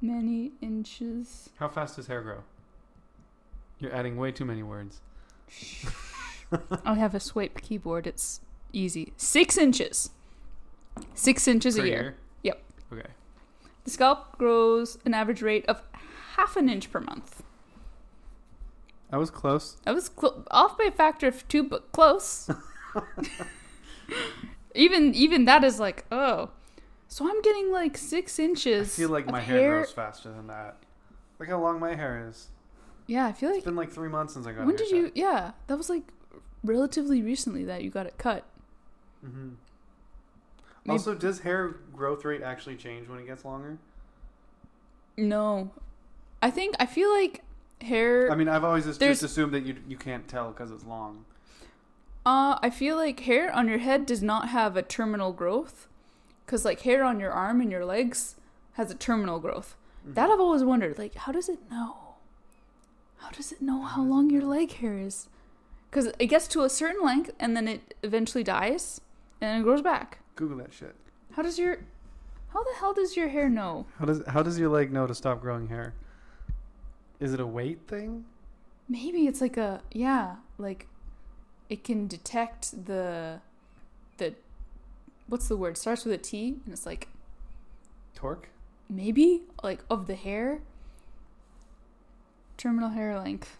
B: many inches?
A: How fast does hair grow? You're adding way too many words.
B: Oh, I have a swipe keyboard. It's easy. 6 inches. 6 inches
A: Per
B: a year. Yep.
A: Okay.
B: The scalp grows an average rate of half an inch per month.
A: I was close.
B: I was clo- off by a factor of 2 but
A: *laughs*
B: close. even even that is like, oh. So I'm getting like 6
A: I
B: inches.
A: feel like
B: of
A: my hair, grows faster than that. Look how long my hair is.
B: Yeah, I feel like
A: It's been like three months since I got.
B: when did you yeah that was like relatively recently that you got it cut
A: hmm
B: Maybe-
A: Mm-hmm. Also, does hair growth rate actually change when it gets longer?
B: No, I think I feel like hair.
A: I mean, I've always just,
B: There's-
A: just assumed that you you can't tell because it's long.
B: Uh, I feel like hair on your head does not have a terminal growth, because like hair on your arm and your legs has a terminal growth. That I've always wondered, like, how does it know? How does it know how
A: does it
B: long your
A: know?
B: leg hair is? Because it gets to a certain length and then it eventually dies and then it grows back.
A: Google that shit.
B: How does your, how the hell does your hair know?
A: How does how does your leg know to stop growing hair? Is it a weight thing?
B: Maybe it's like a yeah, like it can detect the, the, what's the word? Starts with a T and it's like
A: Torque?
B: maybe like of the hair terminal hair length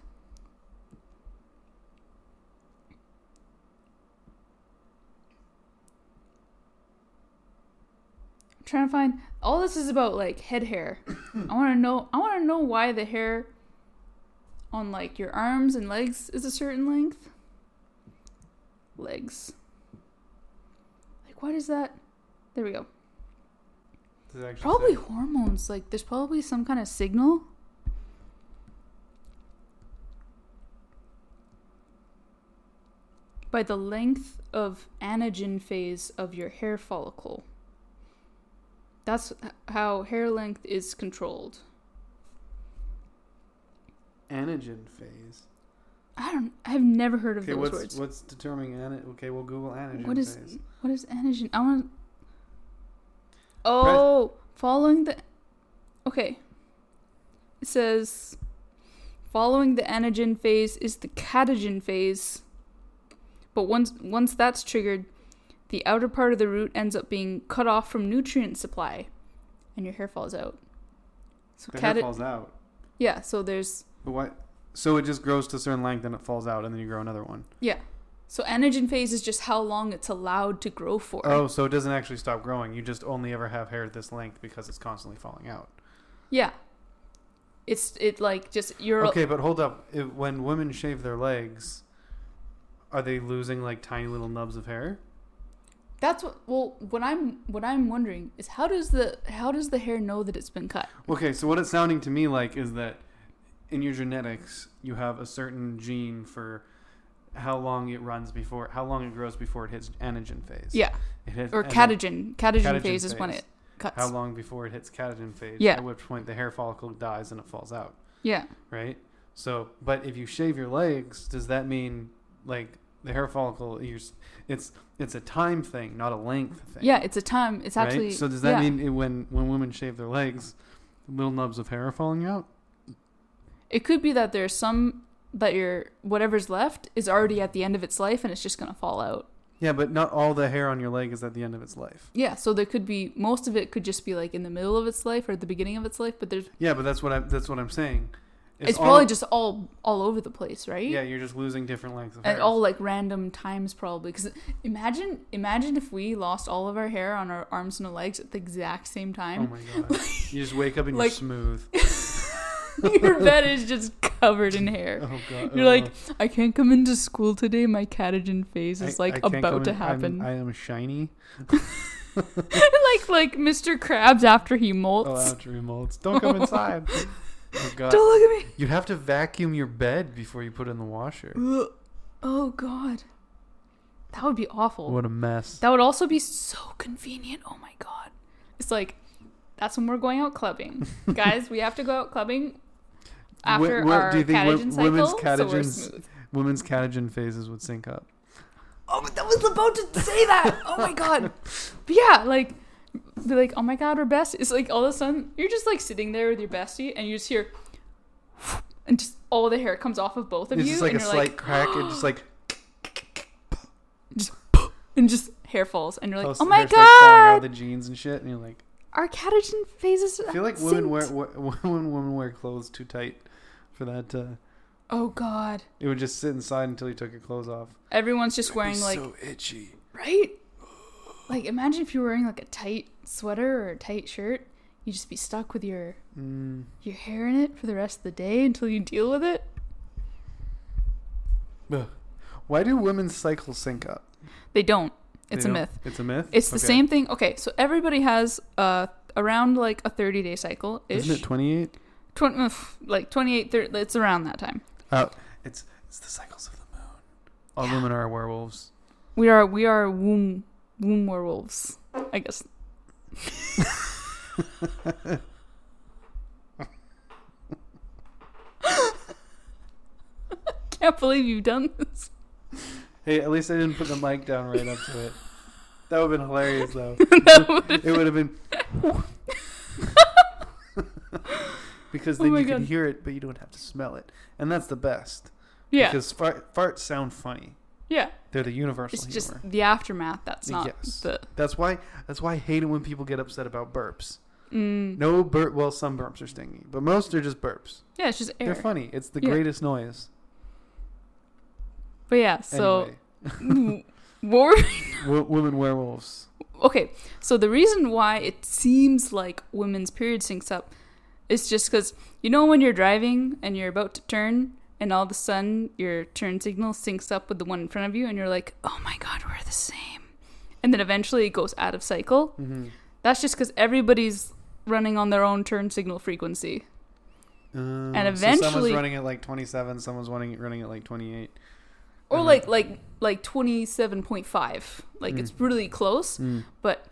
B: I'm trying to find all this is about like head hair i want to know i want to know why the hair on like your arms and legs is a certain length legs like why does that there we go
A: Does it actually
B: Probably
A: say?
B: hormones. Like, there's probably some kind of signal. By the length of anagen phase of your hair follicle. That's h- how hair length is controlled.
A: anagen phase.
B: I don't. I've never heard of
A: Okay,
B: those
A: what's
B: words.
A: what's determining anagen? Okay, we'll Google anagen
B: What is
A: phase.
B: what is anagen? I want. Oh, following the. Okay. It says, following the anagen phase is the catagen phase. But once once that's triggered, the outer part of the root ends up being cut off from nutrient supply, and your hair falls out. So
A: The
B: cata-
A: hair falls out.
B: yeah. So there's
A: But what? So it just grows to a certain length and it falls out, and then you grow another one.
B: so anagen phase is just how long it's allowed to grow for.
A: Oh, so it doesn't actually stop growing. You just only ever have hair this length because it's constantly falling out.
B: Yeah. It's it like just you're
A: Okay, but hold up. If, when women shave their legs, are they losing like tiny little nubs of hair?
B: That's what. Well, what I'm what I'm wondering is how does the how does the hair know that it's been cut?
A: Okay, so what it's sounding to me like is that in your genetics, you have a certain gene for how long it runs before, how long it grows before it hits anagen phase.
B: Yeah,
A: It hits
B: or
A: ana-
B: catagen. Catagen,
A: catagen
B: phase is when
A: phase.
B: it cuts.
A: How long before it hits catagen phase?
B: Yeah.
A: At which point the hair follicle dies and it falls out,
B: yeah,
A: right? So, but if you shave your legs, does that mean like the hair follicle? You're, s- it's it's a time thing, not a length thing.
B: yeah. It's a time. It's
A: right?
B: actually.
A: So does that
B: yeah.
A: mean it, when when women shave their legs, little nubs of hair are falling out?
B: it could be that there's some that your whatever's left is already at the end of its life and it's just gonna fall out.
A: Yeah, but not all the hair on your leg is at the end of its life.
B: Yeah. So there could be most of it could just be like in the middle of its life or at the beginning of its life, but there's
A: Yeah, but that's what I'm that's what I'm saying.
B: it's,
A: all-
B: probably just all all over the place, right?
A: yeah. You're just losing different lengths of hair.
B: at all like random times probably because imagine imagine if we lost all of our hair on our arms and our legs at the exact same
A: oh
B: time *laughs*
A: my god! you just wake up and
B: Like-
A: you're smooth.
B: *laughs* your bed is just covered in hair
A: Oh god!
B: you're
A: oh.
B: like i can't come into school today my catagen phase is
A: I-
B: like
A: I can't
B: about
A: go
B: to
A: in- I'm-
B: happen
A: I am shiny.
B: like like mr krabs after he molts
A: Oh, after he molts. Don't come *laughs* inside. Oh god!
B: don't look at me
A: You have to vacuum your bed before you put it in the washer.
B: Ugh. oh god that would be awful
A: What a mess!
B: That would also be so convenient. Oh my god. It's like that's when we're going
A: *laughs*
B: out clubbing. Guys, we have to go out clubbing after
A: what-
B: our
A: do you think wo- women's
B: catagen cycle. so we're
A: catagens-
B: smooth.
A: Women's catagen phases would sync up.
B: Oh, but I was about to say that. Oh
A: *laughs*
B: my god. But yeah, like be like, oh my god, we're best. It's like all of a sudden you're just like sitting there with your bestie and you just hear *sniffs* and just all the hair comes off of both of
A: it's
B: you.
A: just like a
B: and you're
A: slight crack. It's
B: *gasps*
A: just like
B: and just hair falls and you're like,
A: close
B: oh
A: to
B: my
A: hair starts falling out of
B: god,
A: the jeans and shit, and you're like.
B: our catagen phases.
A: I feel like women wear
B: synced.
A: wo- when *laughs* women wear clothes too tight for that. Uh,
B: Oh god.
A: it would just sit inside until you took your clothes off.
B: Everyone's just wearing like
A: itchy.
B: right. Like imagine if you were wearing like a tight sweater or a tight shirt, you just be stuck with your
A: Mm.
B: your hair in it for the rest of the day until you deal with it.
A: Ugh. Why do women's cycles sync up?
B: They don't. It's
A: They
B: a
A: don't-
B: myth.
A: It's a myth.
B: It's the
A: Okay.
B: same thing. Okay, so everybody has uh around like a 30 day cycle ish.
A: Isn't it twenty eight?
B: Twen- uh, f- like 28, 30, it's around that time.
A: Oh, it's it's the cycles of the moon. All women are werewolves.
B: We are we are womb womb werewolves, I guess. *laughs* Can't believe you've done this. *laughs*
A: Hey, at least I didn't put the mic down right up
B: *laughs*
A: to it. That would have been hilarious, though.
B: That would've
A: it would have
B: *laughs*
A: been because
B: Oh
A: then
B: my
A: you can
B: God.
A: hear it, but you don't have to smell it, and that's the best.
B: Yeah,
A: Because fart, farts sound funny.
B: yeah.
A: They're the universal
B: It's
A: humor.
B: just the aftermath. That's not
A: Yes.
B: the.
A: That's why. That's why I hate it when people get upset about burps.
B: Mm,
A: No burp. Well, some burps are stingy, but most are just burps.
B: Yeah, it's just air.
A: They're funny. It's the
B: Yeah.
A: greatest noise.
B: But yeah, so
A: anyway,
B: w- *laughs* war.
A: w- women werewolves.
B: Okay, so the reason why it seems like women's period syncs up is just because you know when you're driving and you're about to turn, and all of a sudden your turn signal syncs up with the one in front of you, and you're like, "Oh my god, we're the same," and then eventually it goes out of cycle.
A: Mhm.
B: That's just because everybody's running on their own turn signal frequency.
A: Um, so someone's
B: eventually-
A: running at like 27. Someone's running running at like 28.
B: or
A: Mhm.
B: like like like 27.5 like it's really close
A: Mm.
B: but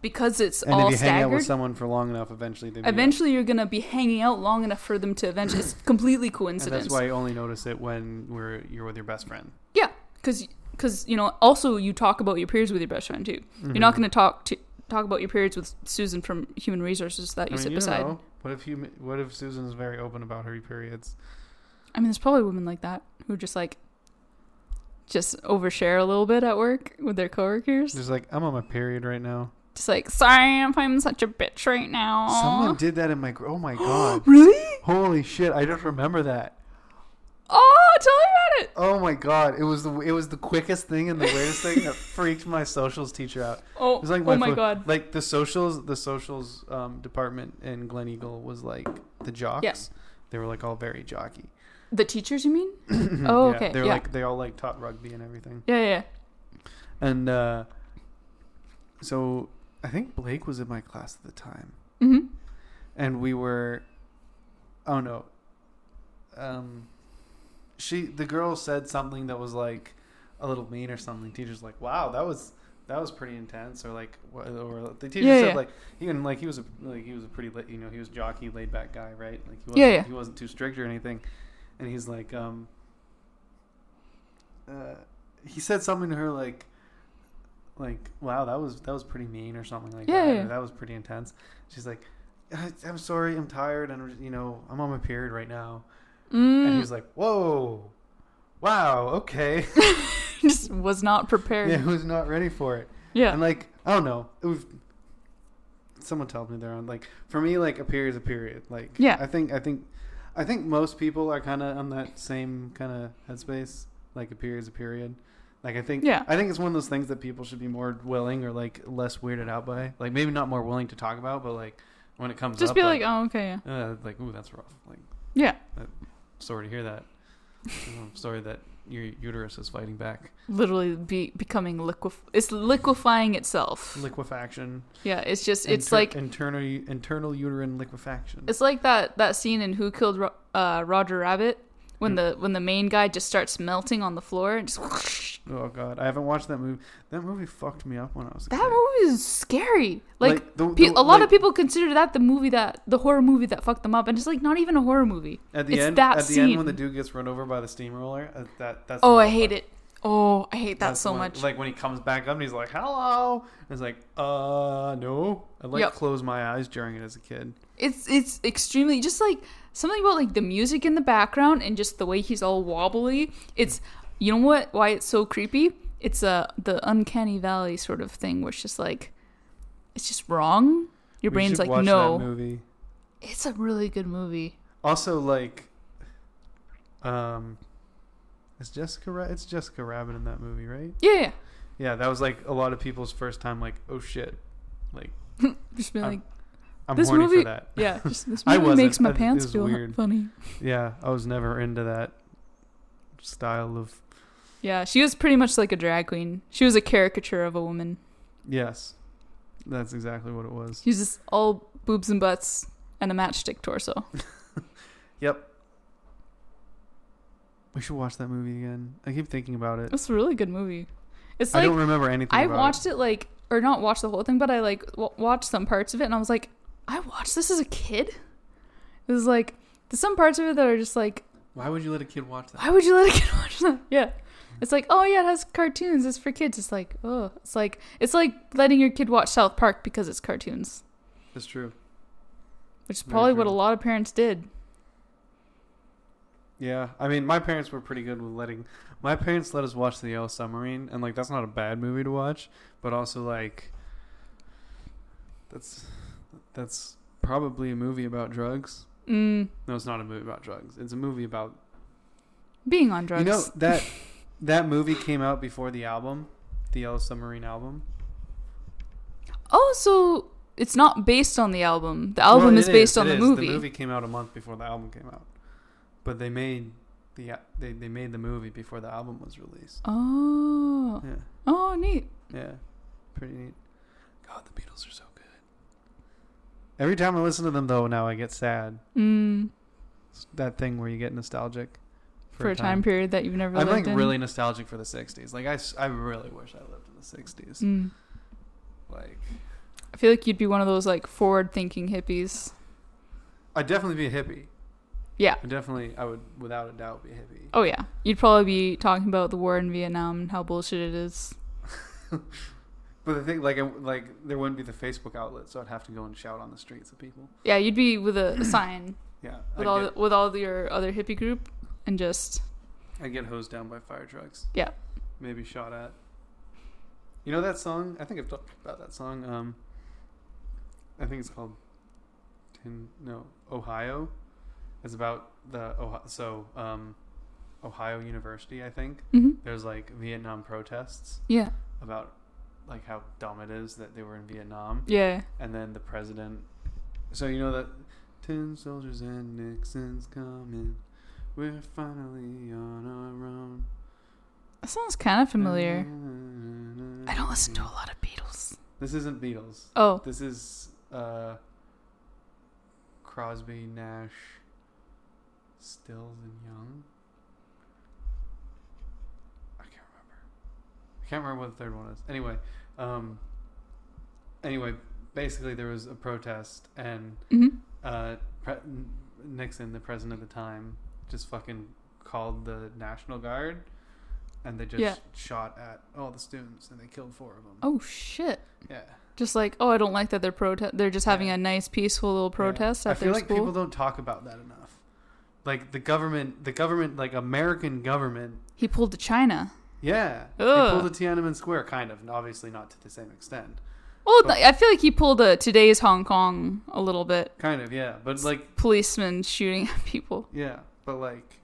B: because Hmm. it's
A: And
B: all
A: if you hang out with
B: staggered
A: someone for long enough, eventually they meet up.
B: eventually you're gonna be hanging out long enough for them to eventually
A: *coughs*
B: it's completely
A: And
B: coincidence
A: that's why you only notice it when we're you're with your best friend.
B: yeah because because you know also you talk about your periods with your best friend too you're
A: Mm-hmm.
B: not gonna talk to talk about your periods with susan from human resources that
A: I
B: you
A: mean,
B: sit
A: you
B: beside
A: know, what if you what if Susan's very open about her periods?
B: i mean there's probably women like that who just like just overshare a little bit at work with their coworkers
A: Just like I'm on my period right now.
B: just like sorry if i'm such a bitch right now
A: Someone did that in my gr- oh my god.
B: *gasps* really
A: Holy shit, I just remember that.
B: Oh, tell me about it.
A: Oh my god, it was the it was the quickest thing and the weirdest thing that freaked my socials teacher out.
B: Oh,
A: It was like
B: oh my
A: fir-
B: god.
A: like the socials the socials um, department in Glen Eagle was like the jocks.
B: Yes.
A: They were like all very jockey.
B: The teachers, you mean? oh,
A: Yeah,
B: okay.
A: They were
B: yeah.
A: like they all like taught rugby and everything.
B: yeah, yeah, yeah.
A: And uh, so I think Blake was in my class at the time,
B: Mm-hmm.
A: and we were. Oh no. Um, she the girl said something that was like a little mean or something. Teacher's like, "Wow, that was that was pretty intense," or like, what, or the teacher
B: Yeah,
A: said
B: yeah.
A: like even like he was a like he was a pretty la- you know he was jockey laid back guy right like he wasn't,
B: Yeah, yeah.
A: he wasn't too strict or anything, and he's like um. Uh, he said something to her like like wow that was that was pretty mean or something like
B: Yeah,
A: that
B: yeah.
A: or that was pretty intense she's like "I- i'm sorry i'm tired and you know i'm on my period right now and
B: Mm,
A: he's like whoa wow okay *laughs*
B: *laughs* just was not prepared.
A: yeah
B: Yeah.
A: who's not ready for it and like i don't know it was someone told me they're on like for me like a period's a period like
B: Yeah.
A: i think i think i think most people are kind of on that same kind of headspace like a period's a period like i think
B: Yeah.
A: i think it's one of those things that people should be more willing or like less weirded out by like maybe not more willing to talk about but like when it comes
B: Just
A: up,
B: be like, oh, okay, yeah.
A: uh, like ooh that's rough like
B: Yeah.
A: that, sorry to hear
B: *laughs*
A: that i'm sorry that your uterus is fighting back
B: Literally be becoming liquef. It's liquefying itself.
A: liquefaction
B: yeah, it's just, it's
A: Inter-
B: like,
A: internal internal uterine liquefaction.
B: it's like that that scene in Who Killed Ro- uh, Roger Rabbit when
A: Hmm.
B: the when the main guy just starts melting on the floor and just. *laughs*
A: oh god, I haven't watched that movie. That movie fucked me up when I was a
B: That
A: kid.
B: movie is scary. Like,
A: the-
B: Pe-
A: the-
B: a lot
A: like,
B: of people consider that the movie that the horror movie that fucked them up, and it's like not even a horror movie.
A: at the
B: it's
A: end
B: that
A: at the end when the
B: scene.
A: dude gets run over by the steamroller. uh, that that's
B: Oh,
A: the
B: I
A: one
B: hate
A: fucked-
B: it. Oh, I hate that
A: that's
B: so
A: when-
B: much.
A: Like when he comes back up and he's like, "Hello," and it's like, "Uh, no." I like
B: Yep.
A: close my eyes during it as a kid.
B: It's it's extremely just like something about like the music in the background and just the way he's all wobbly. It's you know what why it's so creepy. It's uh, the uncanny valley sort of thing, where it's just like it's just wrong. Your
A: We
B: brain's
A: should
B: like
A: watch That
B: no.
A: movie.
B: It's a really good movie.
A: Also, like, um, it's Jessica. Ra- it's Jessica Rabbit in that movie, right?
B: Yeah,
A: Yeah, that was like a lot of people's first time. Like, oh shit, like
B: just be
A: I'm-
B: like
A: I'm
B: This
A: horny
B: movie-
A: for that. *laughs*
B: yeah. Just, this
A: I
B: movie
A: wasn't.
B: makes my
A: I- it
B: pants
A: was
B: feel
A: weird.
B: funny.
A: Yeah, I was never into that style of
B: Yeah, she was pretty much like a drag queen. She was a caricature of a woman.
A: Yes, that's exactly what it was.
B: She was just all boobs and butts and a matchstick torso.
A: Yep. We should watch that movie again. I keep thinking about it.
B: It's a really good movie. It's
A: I
B: like
A: don't remember anything.
B: I
A: about
B: watched it. like or not watched the whole thing, but I like w- watched some parts of it, and I was like, I watched this as a kid. It was like there's some parts of it that are just like,
A: Why would you let a kid watch that?
B: why would you let a kid *laughs* watch that? Yeah, it's like, oh yeah, it has cartoons. It's for kids. It's like, oh, it's like it's like letting your kid watch South Park because it's cartoons,
A: That's true.
B: which is
A: Very
B: probably what a
A: true.
B: lot of parents did.
A: Yeah, I mean, my parents were pretty good with letting. My parents let us watch The Yellow Submarine, and like that's not a bad movie to watch, but also like that's that's probably a movie about drugs.
B: Mm,
A: No, it's not a movie about drugs. It's a movie about
B: being on drugs.
A: you *laughs* know that that movie came out before the album, the Yellow Submarine album.
B: oh, so it's not based on the album. The album
A: Well,
B: is
A: it
B: based on
A: it
B: the
A: is.
B: movie.
A: The movie came out a month before the album came out, but they made the they they made the movie before the album was released.
B: Oh,
A: Yeah.
B: oh, neat.
A: Yeah, pretty neat. God, the Beatles are so good. Every time I listen to them, though, now I get sad.
B: Mm.
A: It's that thing where you get nostalgic
B: for a time period that you've never
A: I'm
B: lived
A: like
B: in.
A: really nostalgic for the '60s. Like I, s- I really wish I lived in the '60s.
B: Mm.
A: Like
B: I feel like you'd be one of those like forward-thinking hippies.
A: I'd definitely be a hippie.
B: Yeah.
A: I definitely, I would without a doubt be a hippie.
B: Oh yeah, you'd probably be talking about the war in Vietnam and how bullshit it is.
A: But the thing, like, I, like there wouldn't be the Facebook outlet, so I'd have to go and shout on the streets at people.
B: Yeah, you'd be with a
A: *clears throat*
B: sign
A: Yeah, I'd
B: with all
A: get-
B: with all your other hippie group and just
A: I get hosed down by fire trucks.
B: Yeah.
A: Maybe shot at. You know that song? I think I've talked about that song. Um, I think it's called. Tin, no, Ohio. It's about the Ohio. So, um, Ohio University. I think
B: Mhm.
A: there's like Vietnam protests
B: yeah
A: about like how dumb it is that they were in Vietnam,
B: yeah
A: and then the president. So you know that tin soldiers and Nixon's coming. We're finally on our own.
B: that sounds kind of familiar.
A: Mm.
B: I don't listen to a lot of Beatles.
A: This isn't Beatles.
B: Oh
A: This is uh, Crosby, Nash, Stills, and Young. I can't remember. I can't remember what the third one is. Anyway, um, anyway, basically there was a protest and
B: hmm
A: uh, pre- N- Nixon, the president at the time, just fucking called the National Guard, and they just
B: Yeah.
A: shot at all the students, and they killed four of them.
B: oh shit.
A: Yeah,
B: Just like oh, I don't like that they're protest. They're just having
A: Yeah.
B: a nice peaceful little protest
A: Yeah. I
B: at
A: feel
B: their
A: like
B: school.
A: people don't talk about that enough. Like the government, the government, like American government.
B: he pulled to China.
A: Yeah,
B: Ugh.
A: they pulled a Tiananmen Square, kind of, and obviously not to the same extent.
B: Well,
A: But-
B: I feel like he pulled a today's Hong Kong a little bit.
A: Kind of, yeah, but like,
B: Policemen shooting at people.
A: yeah, but like,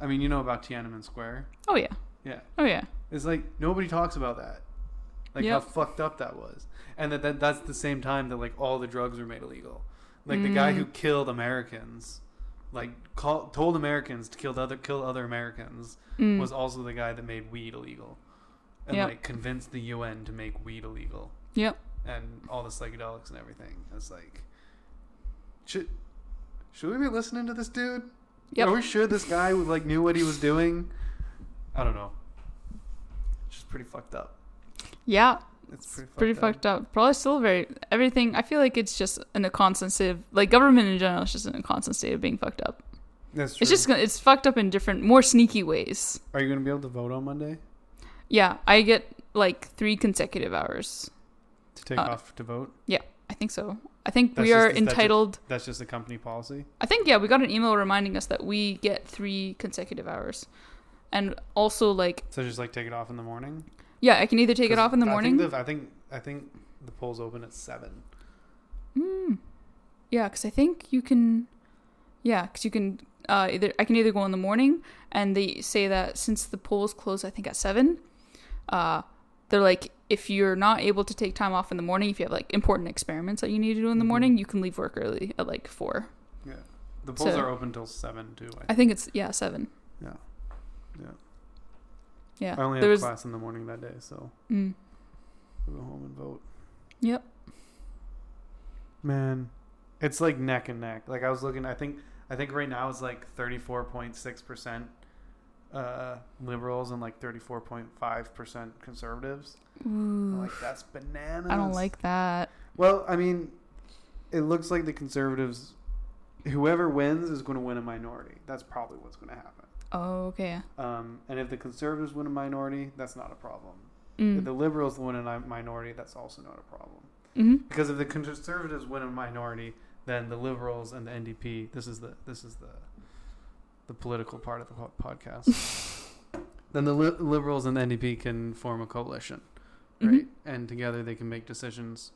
A: I mean, you know about Tiananmen Square?
B: Oh yeah.
A: Yeah.
B: Oh yeah.
A: It's like nobody talks about that. Like how
B: Yep.
A: fucked up that was. And that, that that's the same time that like all the drugs were made illegal. Like the guy
B: Mm.
A: who killed Americans, like call, told Americans to kill the other kill other Americans
B: Mm.
A: was also the guy that made weed illegal. And
B: Yep.
A: like convinced the UN to make weed illegal
B: Yep.
A: and all the psychedelics and everything. It's like should should we be listening to this dude?
B: Yep.
A: Are we sure this guy like knew what he was doing? I don't know. It's just pretty fucked up.
B: Yeah.
A: It's
B: It's pretty fucked up. Probably still very everything. I feel like it's just in a constant state. Of, like government in general is just in a constant state of being fucked up.
A: That's
B: It's just gonna- it's fucked up in different, more sneaky ways.
A: Are you gonna be able to vote on Monday
B: Yeah. I get like three consecutive hours.
A: to take
B: Uh,
A: off to vote?
B: I think so. I think
A: That's
B: we are
A: just- is that just-
B: entitled.
A: That's just a company policy.
B: I think yeah, we got an email reminding us that we get three consecutive hours, and also like
A: So just like take it off in the morning.
B: yeah, I can either take it
A: 'Cause
B: off in the
A: I think
B: morning.
A: I think I think the polls open at seven.
B: Mm. Yeah, because I think you can. Yeah, because you can uh, either I can either go in the morning, and they say that since the polls close, I think at seven, uh, they're like if you're not able to take time off in the morning, if you have like important experiments that you need to do in the
A: Mhm.
B: morning, you can leave work early at like four.
A: The polls
B: So-
A: are open till seven too. I
B: I think it's yeah seven.
A: Yeah. Yeah.
B: Yeah.
A: I only
B: there
A: have
B: was,
A: class in the morning that day, so
B: mm,
A: I'll go home and vote.
B: Yep.
A: Man, it's like neck and neck. Like I was looking, I think I think right now it's like thirty four point six percent uh, liberals and like thirty four point five percent conservatives. I'm
B: Ooh,
A: like that's bananas.
B: I don't like that.
A: Well, I mean, it looks like the conservatives, whoever wins is going to win a minority. That's probably what's going to happen.
B: Oh, okay.
A: Um, and if the conservatives win a minority, that's not a problem. If
B: Mm.
A: the liberals win a minority, that's also not a problem.
B: hmm
A: Because if the conservatives win a minority, then the liberals and the NDP. This is the this is the the political part of the po- podcast.
B: *laughs*
A: then the li- liberals and the NDP can form a coalition,
B: Mm-hmm.
A: right? And together they can make decisions.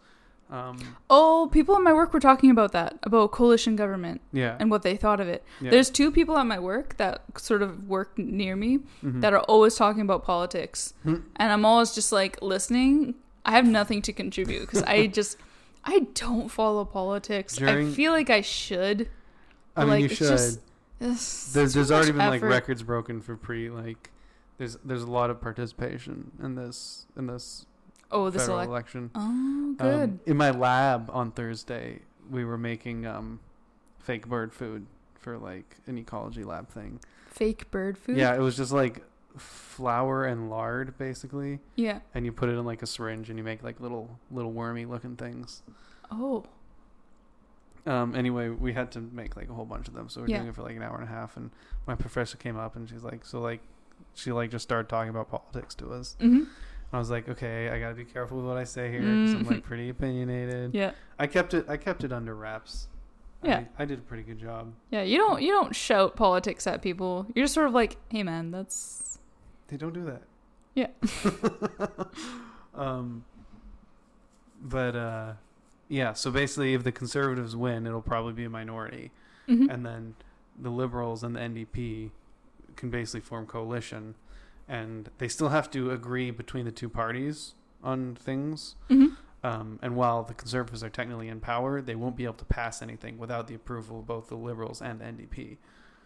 A: Um,
B: Oh, people in my work were talking about that about coalition government
A: yeah,
B: and what they thought of it.
A: yeah.
B: There's two people at my work that sort of work near me
A: Mhm.
B: that are always talking about politics,
A: Hmm.
B: and I'm always just like listening. I have nothing to contribute because
A: *laughs*
B: I just I don't follow politics.
A: During-
B: I feel like I should.
A: *laughs* I mean,
B: like,
A: you
B: it's
A: should.
B: just- There's,
A: there's there's already been like records broken for pre like. There's there's a lot of participation in this in this
B: Oh, this
A: federal
B: elect.
A: election.
B: Oh,
A: Um,
B: good.
A: in my lab on Thursday, we were making um, fake bird food for like an ecology lab thing.
B: Fake bird food.
A: Yeah, it was just like flour and lard basically,
B: Yeah.
A: and you put it in like a syringe and you make like little little wormy looking things.
B: Oh.
A: Um, anyway, we had to make like a whole bunch of them, so we are
B: Yeah.
A: doing it for like an hour and a half. And my professor came up and she's like, so like, she like just started talking about politics to us.
B: hmm
A: And I was like, okay, I gotta be careful with what I say here 'cause I'm
B: *laughs*
A: like
B: Mhm.
A: pretty opinionated.
B: Yeah.
A: I kept it. I kept it under wraps.
B: Yeah.
A: I, I did a pretty good job.
B: Yeah. You don't you don't shout politics at people. You're just sort of like, hey man, that's
A: They don't do that.
B: Yeah.
A: *laughs* um. But uh, yeah. So basically, if the conservatives win, it'll probably be a minority,
B: Mhm.
A: and then the liberals and the NDP can basically form coalition, and they still have to agree between the two parties on things.
B: Mhm.
A: Um, and while the conservatives are technically in power, they won't be able to pass anything without the approval of both the liberals and the NDP.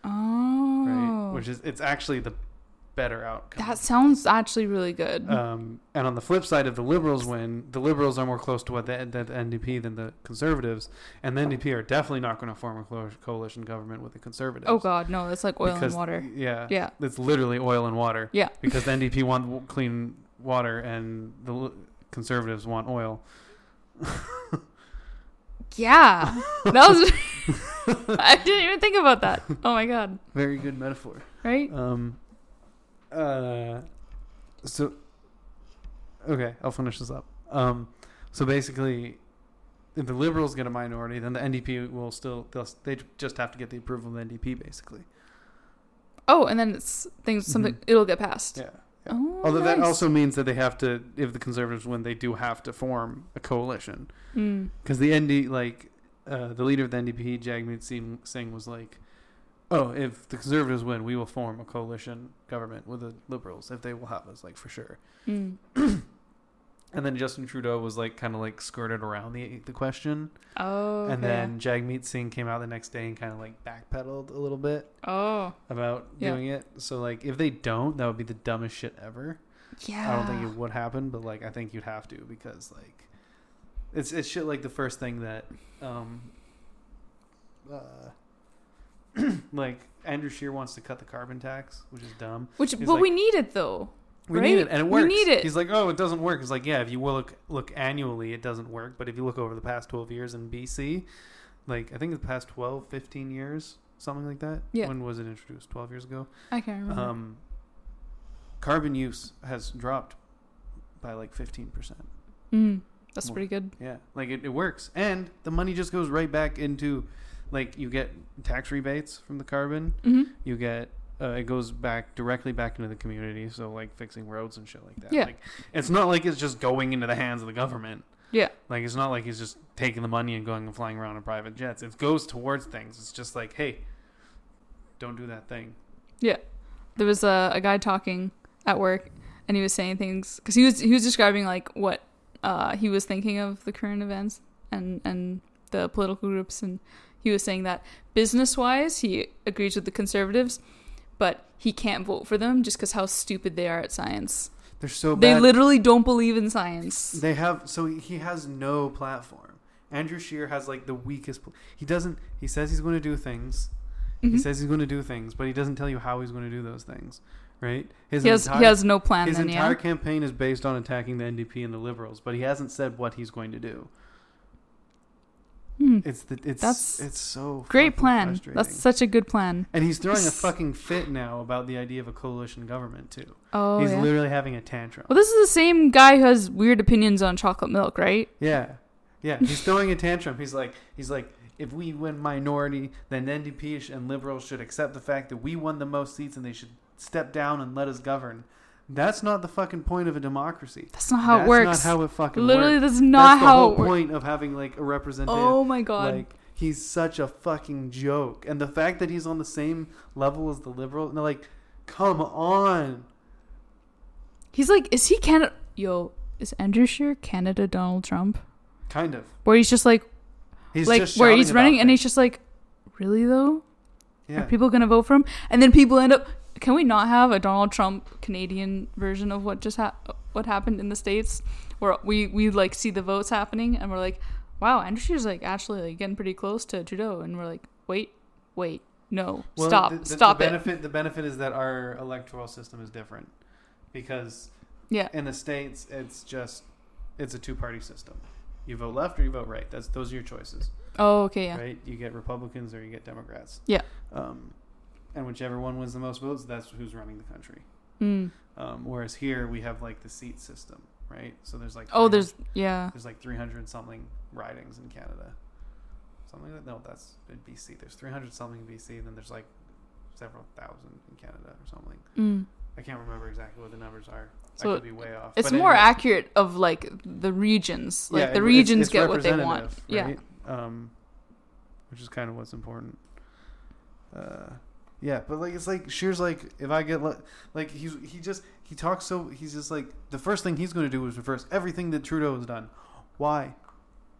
B: Oh.
A: right? Which is it's actually the better outcome.
B: that sounds actually really good.
A: um, and on the flip side, if the liberals win, the liberals are more close to what the, the, the NDP than the conservatives, and the NDP are definitely not going to form a coal- coalition government with the conservatives.
B: oh god, no, that's like oil
A: Because- *laughs*
B: and water.
A: Yeah,
B: Yeah.
A: it's literally oil and water.
B: Yeah.
A: because the NDP want w- clean water and the l- conservatives want
B: *laughs*
A: oil.
B: Yeah. That was *laughs* I didn't even think about that. Oh my god.
A: Very good metaphor.
B: Right?
A: Um. Uh. So. Okay, I'll finish this up. Um. So basically, if the liberals get a minority, then the NDP will still they'll, they just have to get the approval of the NDP, basically.
B: Oh, and then it's things something it'll get passed.
A: Mm-hmm. Yeah.
B: Oh,
A: Although that
B: nice.
A: also means that they have to, if the conservatives win, they do have to form a coalition
B: Mm.
A: because the ND like uh, the leader of the NDP, Jagmeet Singh, Singh, was like, "Oh, if the conservatives win, we will form a coalition government with the liberals if they will have us, like for sure."
B: Mm.
A: And then Justin Trudeau was like kind of like skirted around the the question,
B: Oh.
A: and
B: okay.
A: then Jagmeet Singh came out the next day and kind of like backpedaled a little bit
B: Oh.
A: about
B: Yeah.
A: doing it. So like if they don't, that would be the dumbest shit ever.
B: Yeah.
A: I don't think it would happen, but like I think you'd have to because like it's it's shit like the first thing that um uh *clears throat* like Andrew Shear wants to cut the carbon tax, which is dumb.
B: Which,
A: He's
B: but
A: like-
B: we need it though.
A: We
B: Right?
A: need it, and it
B: We
A: works.
B: need it.
A: He's like, oh, it doesn't work. It's like, yeah, if you will look look annually, it doesn't work. But if you look over the past twelve years in BC, like I think the past 12, 15 years, something like that.
B: Yeah.
A: When was it introduced? Twelve years ago.
B: I can't remember.
A: Um, carbon use has dropped by like fifteen percent.
B: Mm, that's
A: Well,
B: pretty good.
A: Yeah, like it, it works, and the money just goes right back into, like you get tax rebates from the carbon.
B: hmm
A: You get uh, it goes back directly back into the community. So like fixing roads and shit like that.
B: Yeah.
A: like, it's not like it's just going into the hands of the government.
B: Yeah.
A: Like it's not like it's just taking the money and going and flying around in private jets. It goes towards things. It's just like, hey, don't do that thing.
B: There was a, a guy talking at work, and he was saying things because he was he was describing like what uh, he was thinking of the current events and and the political groups, and he was saying that business wise he agrees with the conservatives, but he can't vote for them just because how stupid they are at science.
A: They're so
B: They
A: bad.
B: literally don't believe in science.
A: They have so he has no platform. Andrew Shear has like the weakest. Pl- he doesn't. He says he's going to do things. He
B: Mhm.
A: says he's going to do things, but he doesn't tell you how he's going to do those things. Right? His
B: He has, he has no plan
A: his
B: then,
A: entire
B: yeah.
A: campaign is based on attacking the NDP and the Liberals, but he hasn't said what he's going to do.
B: Hmm.
A: It's the it's
B: That's
A: it's so
B: Great
A: fucking
B: plan. That's
A: frustrating.
B: such a good plan.
A: and he's throwing a fucking fit now about the idea of a coalition government too.
B: Oh,
A: he's
B: yeah.
A: literally having a tantrum.
B: well, this is the same guy who has weird opinions on chocolate milk, right?
A: Yeah. Yeah, he's throwing a tantrum. He's like, he's like, if we win minority, then NDP sh- and liberals should accept the fact that we won the most seats and they should step down and let us govern. That's not the fucking point of a democracy.
B: That's not how
A: That's
B: it works.
A: not how it fucking
B: literally,
A: works.
B: that's not
A: That's the
B: how
A: whole
B: it works.
A: point of having like a representative.
B: Oh my god.
A: Like he's such a fucking joke, and the fact that he's on the same level as the liberal, and they're like, come on.
B: He's like, is he Canada? Yo, is Andrew Scheer Canada Donald Trump?
A: Kind of.
B: Where he's just like,
A: He's
B: like
A: just
B: where
A: shouting
B: he's
A: about
B: running, and he's
A: things.
B: just like, really though? Are
A: yeah.
B: people gonna vote for him? And then people end up. Can we not have a Donald Trump Canadian version of what just ha- what happened in the states, where we we like see the votes happening and we're like, wow, Andrew Scheer's like actually like getting pretty close to Trudeau, and we're like, wait, wait, no,
A: Well,
B: stop,
A: the- the-
B: stop
A: the
B: it.
A: benefit, The benefit is that our electoral system is different because
B: Yeah.
A: in the states it's just it's a two party system. You vote left or you vote right. That's those are your choices,
B: Oh, okay, yeah.
A: right? You get Republicans or you get Democrats.
B: Yeah.
A: Um, and whichever one wins the most votes, that's who's running the country.
B: Mm.
A: Um, whereas here we have like the seat system, right? So there's like
B: Oh,
A: 300
B: there's yeah.
A: there's like 300 something ridings in Canada. Something like that. No, that's in BC. There's 300 something in BC, then there's like several thousand in Canada or something.
B: Mm.
A: I can't remember exactly what the numbers are.
B: So
A: I could be way off.
B: It's
A: But
B: more
A: anyways,
B: accurate of like the regions. Like
A: yeah, it-
B: the
A: it's-
B: regions
A: it's
B: get what they want.
A: representative,
B: Yeah.
A: right? Um, which is kind of what's important. Uh, yeah, but like it's like Shear's like if I get le- like he's he just he talks so he's just like the first thing he's going to do is reverse everything that Trudeau has done. Why?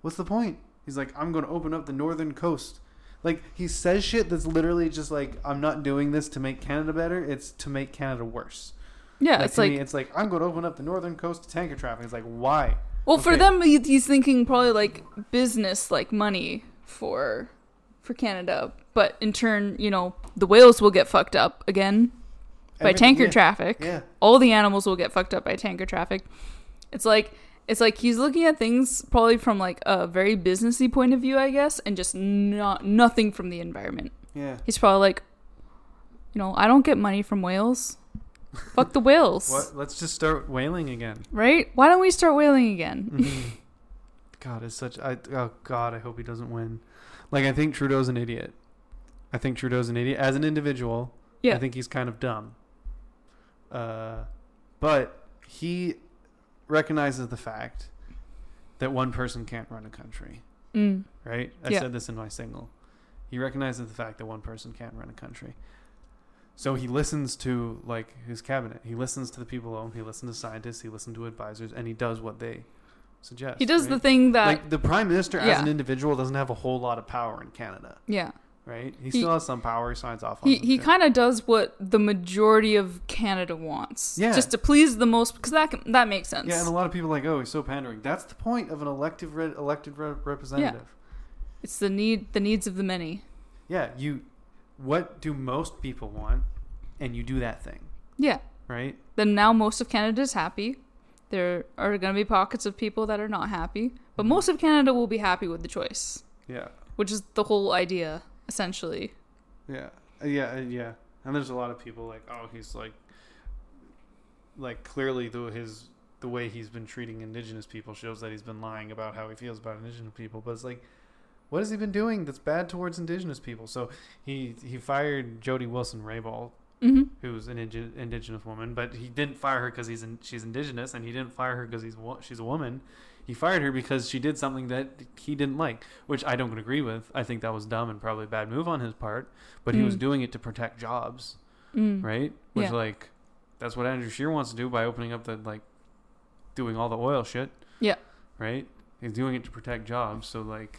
A: What's the point? He's like I'm going to open up the northern coast. Like he says shit that's literally just like I'm not doing this to make Canada better. It's to make Canada worse.
B: Yeah,
A: Like,
B: it's
A: to
B: like
A: me, it's like I'm going to open up the northern coast to tanker traffic. It's like why?
B: well for
A: okay.
B: them he- he's thinking probably like business like money for for Canada, but in turn, you know, the whales will get fucked up again by
A: Everything-
B: tanker
A: yeah,
B: traffic.
A: Yeah.
B: All the animals will get fucked up by tanker traffic. It's like it's like he's looking at things probably from like a very businessy point of view, I guess, and just not nothing from the environment.
A: Yeah.
B: He's probably like, you know, I don't get money from whales. Fuck the whales.
A: What? Let's just start whaling *laughs* again.
B: Right? Why don't we start whaling again?
A: God, it's such. I, oh God, I hope he doesn't win. Like I think Trudeau's an idiot. I think Trudeau's an idiot as an individual.
B: Yeah.
A: I think he's kind of dumb. Uh, but he recognizes the fact that one person can't run a country,
B: Mm.
A: right? I
B: Yeah.
A: said this in my single. He recognizes the fact that one person can't run a country. So he listens to like his cabinet. He listens to the people below him. He listens to scientists. He listens to advisors, and he does what they suggest.
B: He does
A: right?
B: the thing that.
A: like the prime minister as
B: yeah.
A: an individual doesn't have a whole lot of power in Canada,
B: yeah.
A: right? He,
B: He-
A: still has some power. He signs off on.
B: He,
A: some
B: he
A: shit.
B: kind of does what the majority of Canada wants.
A: Yeah.
B: Just to please the most, because that, can- that makes sense.
A: yeah, and a lot of people are like, oh, he's so pandering. That's the point of an elective re- elected re- representative.
B: it's the need the needs of the many.
A: Yeah. you. What do most people want, and you do that thing,
B: Yeah.
A: right?
B: Then now most of Canada is happy. There are going to be pockets of people that are not happy, but
A: Mhm.
B: most of Canada will be happy with the choice,
A: Yeah,
B: which is the whole idea, essentially.
A: yeah, Uh, yeah, uh, yeah. And there's a lot of people like, oh, he's like, like clearly the his the way he's been treating indigenous people shows that he's been lying about how he feels about indigenous people. But it's like. what has he been doing that's bad towards indigenous people? So he he fired Jody Wilson Rayball,
B: hmm
A: who's an indi- indigenous woman, but he didn't fire her because he's in, she's indigenous, and he didn't fire her because he's wo- she's a woman. He fired her because she did something that he didn't like, which I don't agree with. I think that was dumb and probably a bad move on his part, but he was
B: Mm.
A: doing it to protect jobs,
B: Mm.
A: right? Which
B: Yeah.
A: like that's what Andrew Shear wants to do by opening up the like doing all the oil shit.
B: Yeah.
A: Right? He's doing it to protect jobs, so like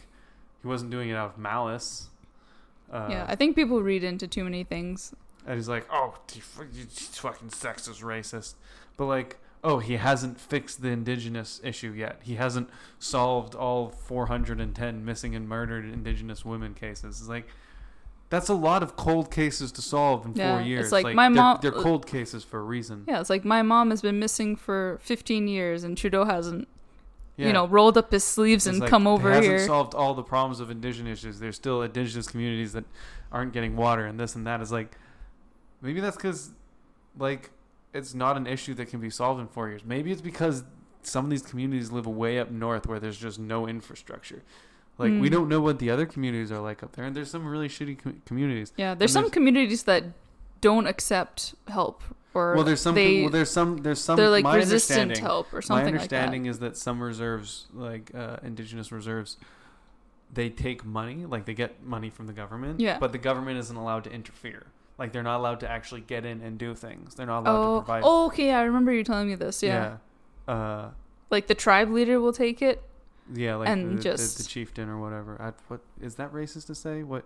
A: he wasn't doing it out of malice. Uh,
B: yeah, I think people read into too many things.
A: and he's like, "Oh, you fu- you fucking sexist, racist," but like, oh, he hasn't fixed the indigenous issue yet. He hasn't solved all 410 missing and murdered indigenous women cases. It's like. That's a lot of cold cases to solve in
B: Yeah,
A: four
B: it's
A: years.
B: like, my
A: they're-
B: mom- uh,
A: They're cold cases for a reason.
B: Yeah, it's like my mom has been missing for 15 years, and Trudeau hasn't,
A: Yeah.
B: you know, rolled up his sleeves
A: It's
B: and
A: like,
B: come
A: it
B: over
A: hasn't
B: here.
A: solved all the problems of indigenous issues. There's still indigenous communities that aren't getting water and this and that. Is like maybe that's because like it's not an issue that can be solved in four years. Maybe it's because some of these communities live way up north where there's just no infrastructure. Like we
B: Mm.
A: don't know what the other communities are like up there, and there's some really shitty com- communities.
B: yeah, there's
A: and
B: some
A: there's-
B: communities that don't accept help, or
A: Well, there's some.
B: they
A: well, there's some. There's some.
B: they're like
A: my
B: resistant
A: understanding,
B: to help or something
A: My
B: like that.
A: understanding is that some reserves, like uh, indigenous reserves, they take money, like they get money from the government.
B: Yeah.
A: But the government isn't allowed to interfere. Like they're not allowed to actually get in and do things. They're not allowed to
B: Oh,
A: provide.
B: oh, okay. I remember you telling me this. Yeah.
A: Yeah. Uh,
B: like the tribe leader will take it.
A: yeah, like
B: And
A: the, the-
B: just-
A: the, chieftain or whatever. I, what is that racist to say? What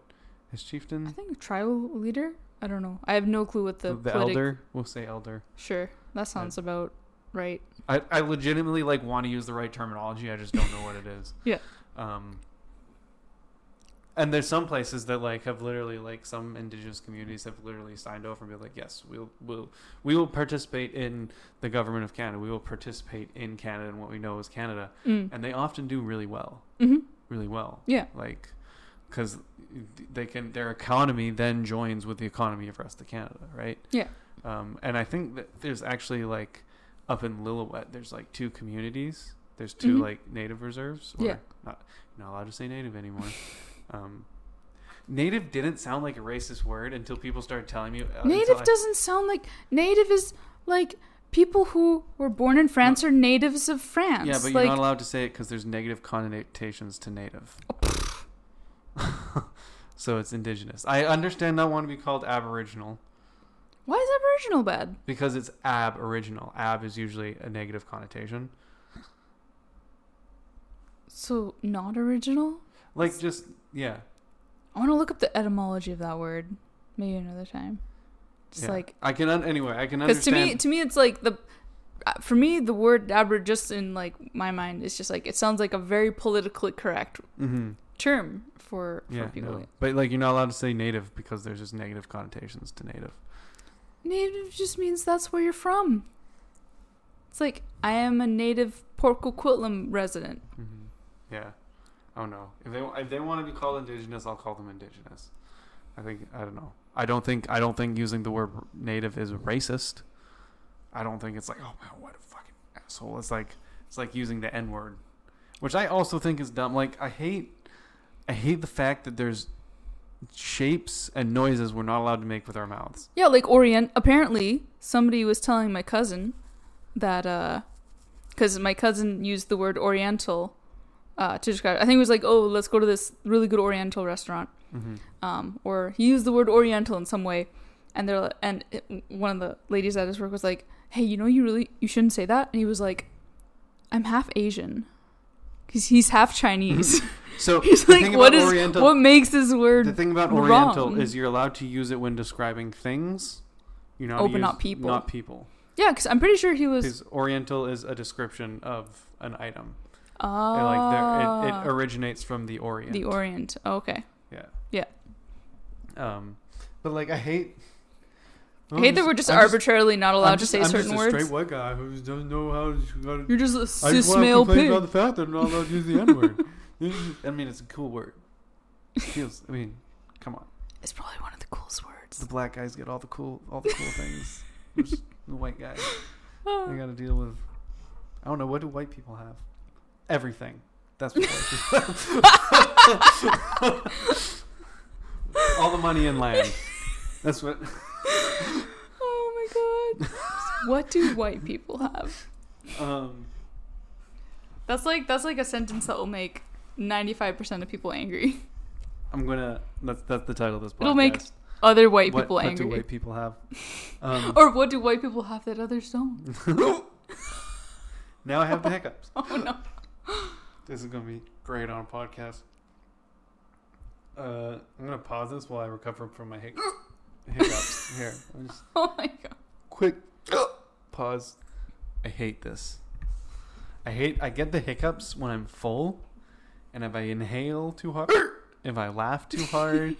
A: is
B: I
A: chieftain?
B: think tribal leader. I don't know. I have no clue what the,
A: The,
B: politic-
A: elder. We'll say elder.
B: Sure, that sounds about right.
A: I, I legitimately like want to use the right terminology. I just don't know what it is.
B: Yeah.
A: Um. And there's some places that like have literally like some indigenous communities have literally signed over and be like, yes, we'll we'll we will participate in the government of Canada. We will participate in Canada and what we know is Canada,
B: Mm.
A: and they often do really well,
B: hmm
A: really well.
B: Yeah.
A: Like, because they can their economy then joins with the economy of rest of Canada, right?
B: Yeah.
A: Um, and I think that there's actually like up in Lillooet, there's like two communities. There's 2
B: Mhm.
A: like native reserves. Or
B: Yeah.
A: Not you're not allowed to say native anymore. *laughs* um, native didn't sound like a racist word until people started telling me. uh, until
B: Native
A: I-
B: doesn't sound like native is like people who were born in France are natives of France.
A: Yeah, but you're
B: like,
A: not allowed to say it because there's negative connotations to native.
B: Oh,
A: *laughs* so it's indigenous. I understand not want to be called aboriginal
B: why is Aboriginal bad?
A: because it's ab original. Ab is usually a negative connotation.
B: So not original.
A: Like just yeah.
B: I want to look up the etymology of that word. Maybe another time. Just
A: yeah.
B: like
A: I can un- anyway. I can
B: because to
A: understand.
B: me, to me, it's like the. uh, For me, the word abra just in like my mind is just like it sounds like a very politically correct
A: mm-hmm.
B: term for, for
A: Yeah,
B: people.
A: no. but like you're not allowed to say native because there's just negative connotations to native.
B: Native just means that's where you're from. It's like I am a native Port Coquitlam resident.
A: Yeah. Oh no. If they if they want to be called indigenous, I'll call them indigenous. I think I don't know. I don't think I don't think using the word native is racist. I don't think it's like oh man, what a fucking asshole. It's like it's like using the n word, which I also think is dumb. Like I hate I hate the fact that there's shapes and noises we're not allowed to make with our mouths.
B: Yeah, like Orient. Apparently, somebody was telling my cousin that uh, because my cousin used the word Oriental uh, to describe. I think it was like, oh, let's go to this really good Oriental restaurant.
A: Mm-hmm.
B: um, or he used the word Oriental in some way, and they're and it- one of the ladies at his work was like, "Hey, you know, you really you shouldn't say that." And he was like, "I'm half Asian, because he's half
A: *laughs*
B: Chinese." *laughs*
A: So
B: he's
A: the
B: like,
A: thing
B: "What
A: about
B: is
A: Oriental-
B: what makes this word?"
A: The thing about
B: wrong.
A: Oriental is you're allowed to use it when describing things. You're not
B: Oh, but not people.
A: Not people.
B: yeah, because I'm pretty sure he was.
A: Because Oriental is a description of an item. It,
B: Ah,
A: like there, it, it originates from the Orient.
B: the Orient. okay,
A: Yeah.
B: Yeah.
A: Um, but like I hate.
B: I hate that we're just
A: I'm
B: arbitrarily not
A: I'm
B: allowed
A: just-
B: to say
A: I'm
B: certain
A: just a
B: words.
A: Straight white guy who doesn't know how to. How to
B: You're just a
A: I just
B: cis
A: want to
B: male
A: complain
B: pig.
A: about the fact that I'm not allowed to use the N
B: *laughs*
A: word. I mean, it's a cool word. It feels. I mean, come on.
B: It's probably one of the coolest
A: The
B: words.
A: black guys get all the cool, all the cool things. I'm just the white guy. I gotta deal with. I don't know. What do white people have? Everything. That's what. white people
B: *laughs*
A: have. All the money and land. That's what.
B: oh my god! what do white people have?
A: *laughs* Um,
B: That's like that's like a sentence that will make ninety five percent of people angry.
A: I'm gonna. That's that's the title of this podcast.
B: It'll make Other white
A: what,
B: people
A: what
B: angry.
A: do white people
B: *laughs*
A: have? Um,
B: or what do white people have that others don't?
A: Mm. now I have the hiccups.
B: *laughs* Oh no.
A: This is gonna be great on a
B: *laughs*
A: podcast. Uh, I'm gonna pause this while I recover from my hic- hiccups. Here, I'm just
B: *laughs* Oh my god.
A: quick pause. I hate this. I hate. I get the hiccups when I'm full, and if I inhale too hard, if I laugh too hard,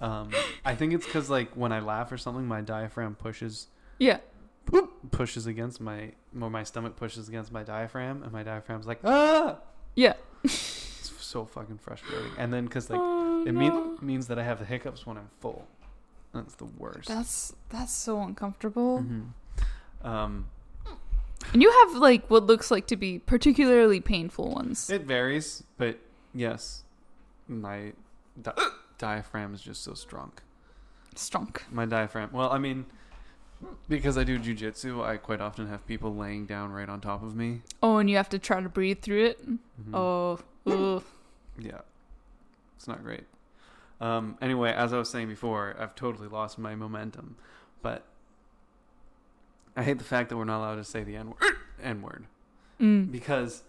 A: um, I think it's because like when I laugh or something, my diaphragm pushes
B: Yeah.
A: pushes against my or my stomach pushes against my diaphragm, and my diaphragm's like ah.
B: Yeah.
A: It's so fucking frustrating. And then because like
B: oh,
A: it
B: no.
A: mean, means that I have the hiccups when I'm full. That's the worst.
B: That's that's so uncomfortable.
A: Mhm. Um,
B: And you have like what looks like to be particularly painful ones.
A: It varies, but yes, my di- diaphragm is just so strong.
B: Strunk.
A: My diaphragm. Well, I mean, because I do jujitsu, I quite often have people laying down right on top of me.
B: Oh, and you have to try to breathe through it.
A: Mhm.
B: Oh, ugh.
A: Yeah, it's not great. Um, anyway, as I was saying before, I've totally lost my momentum, but I hate the fact that we're not allowed to say the n word. N word.
B: Mm.
A: because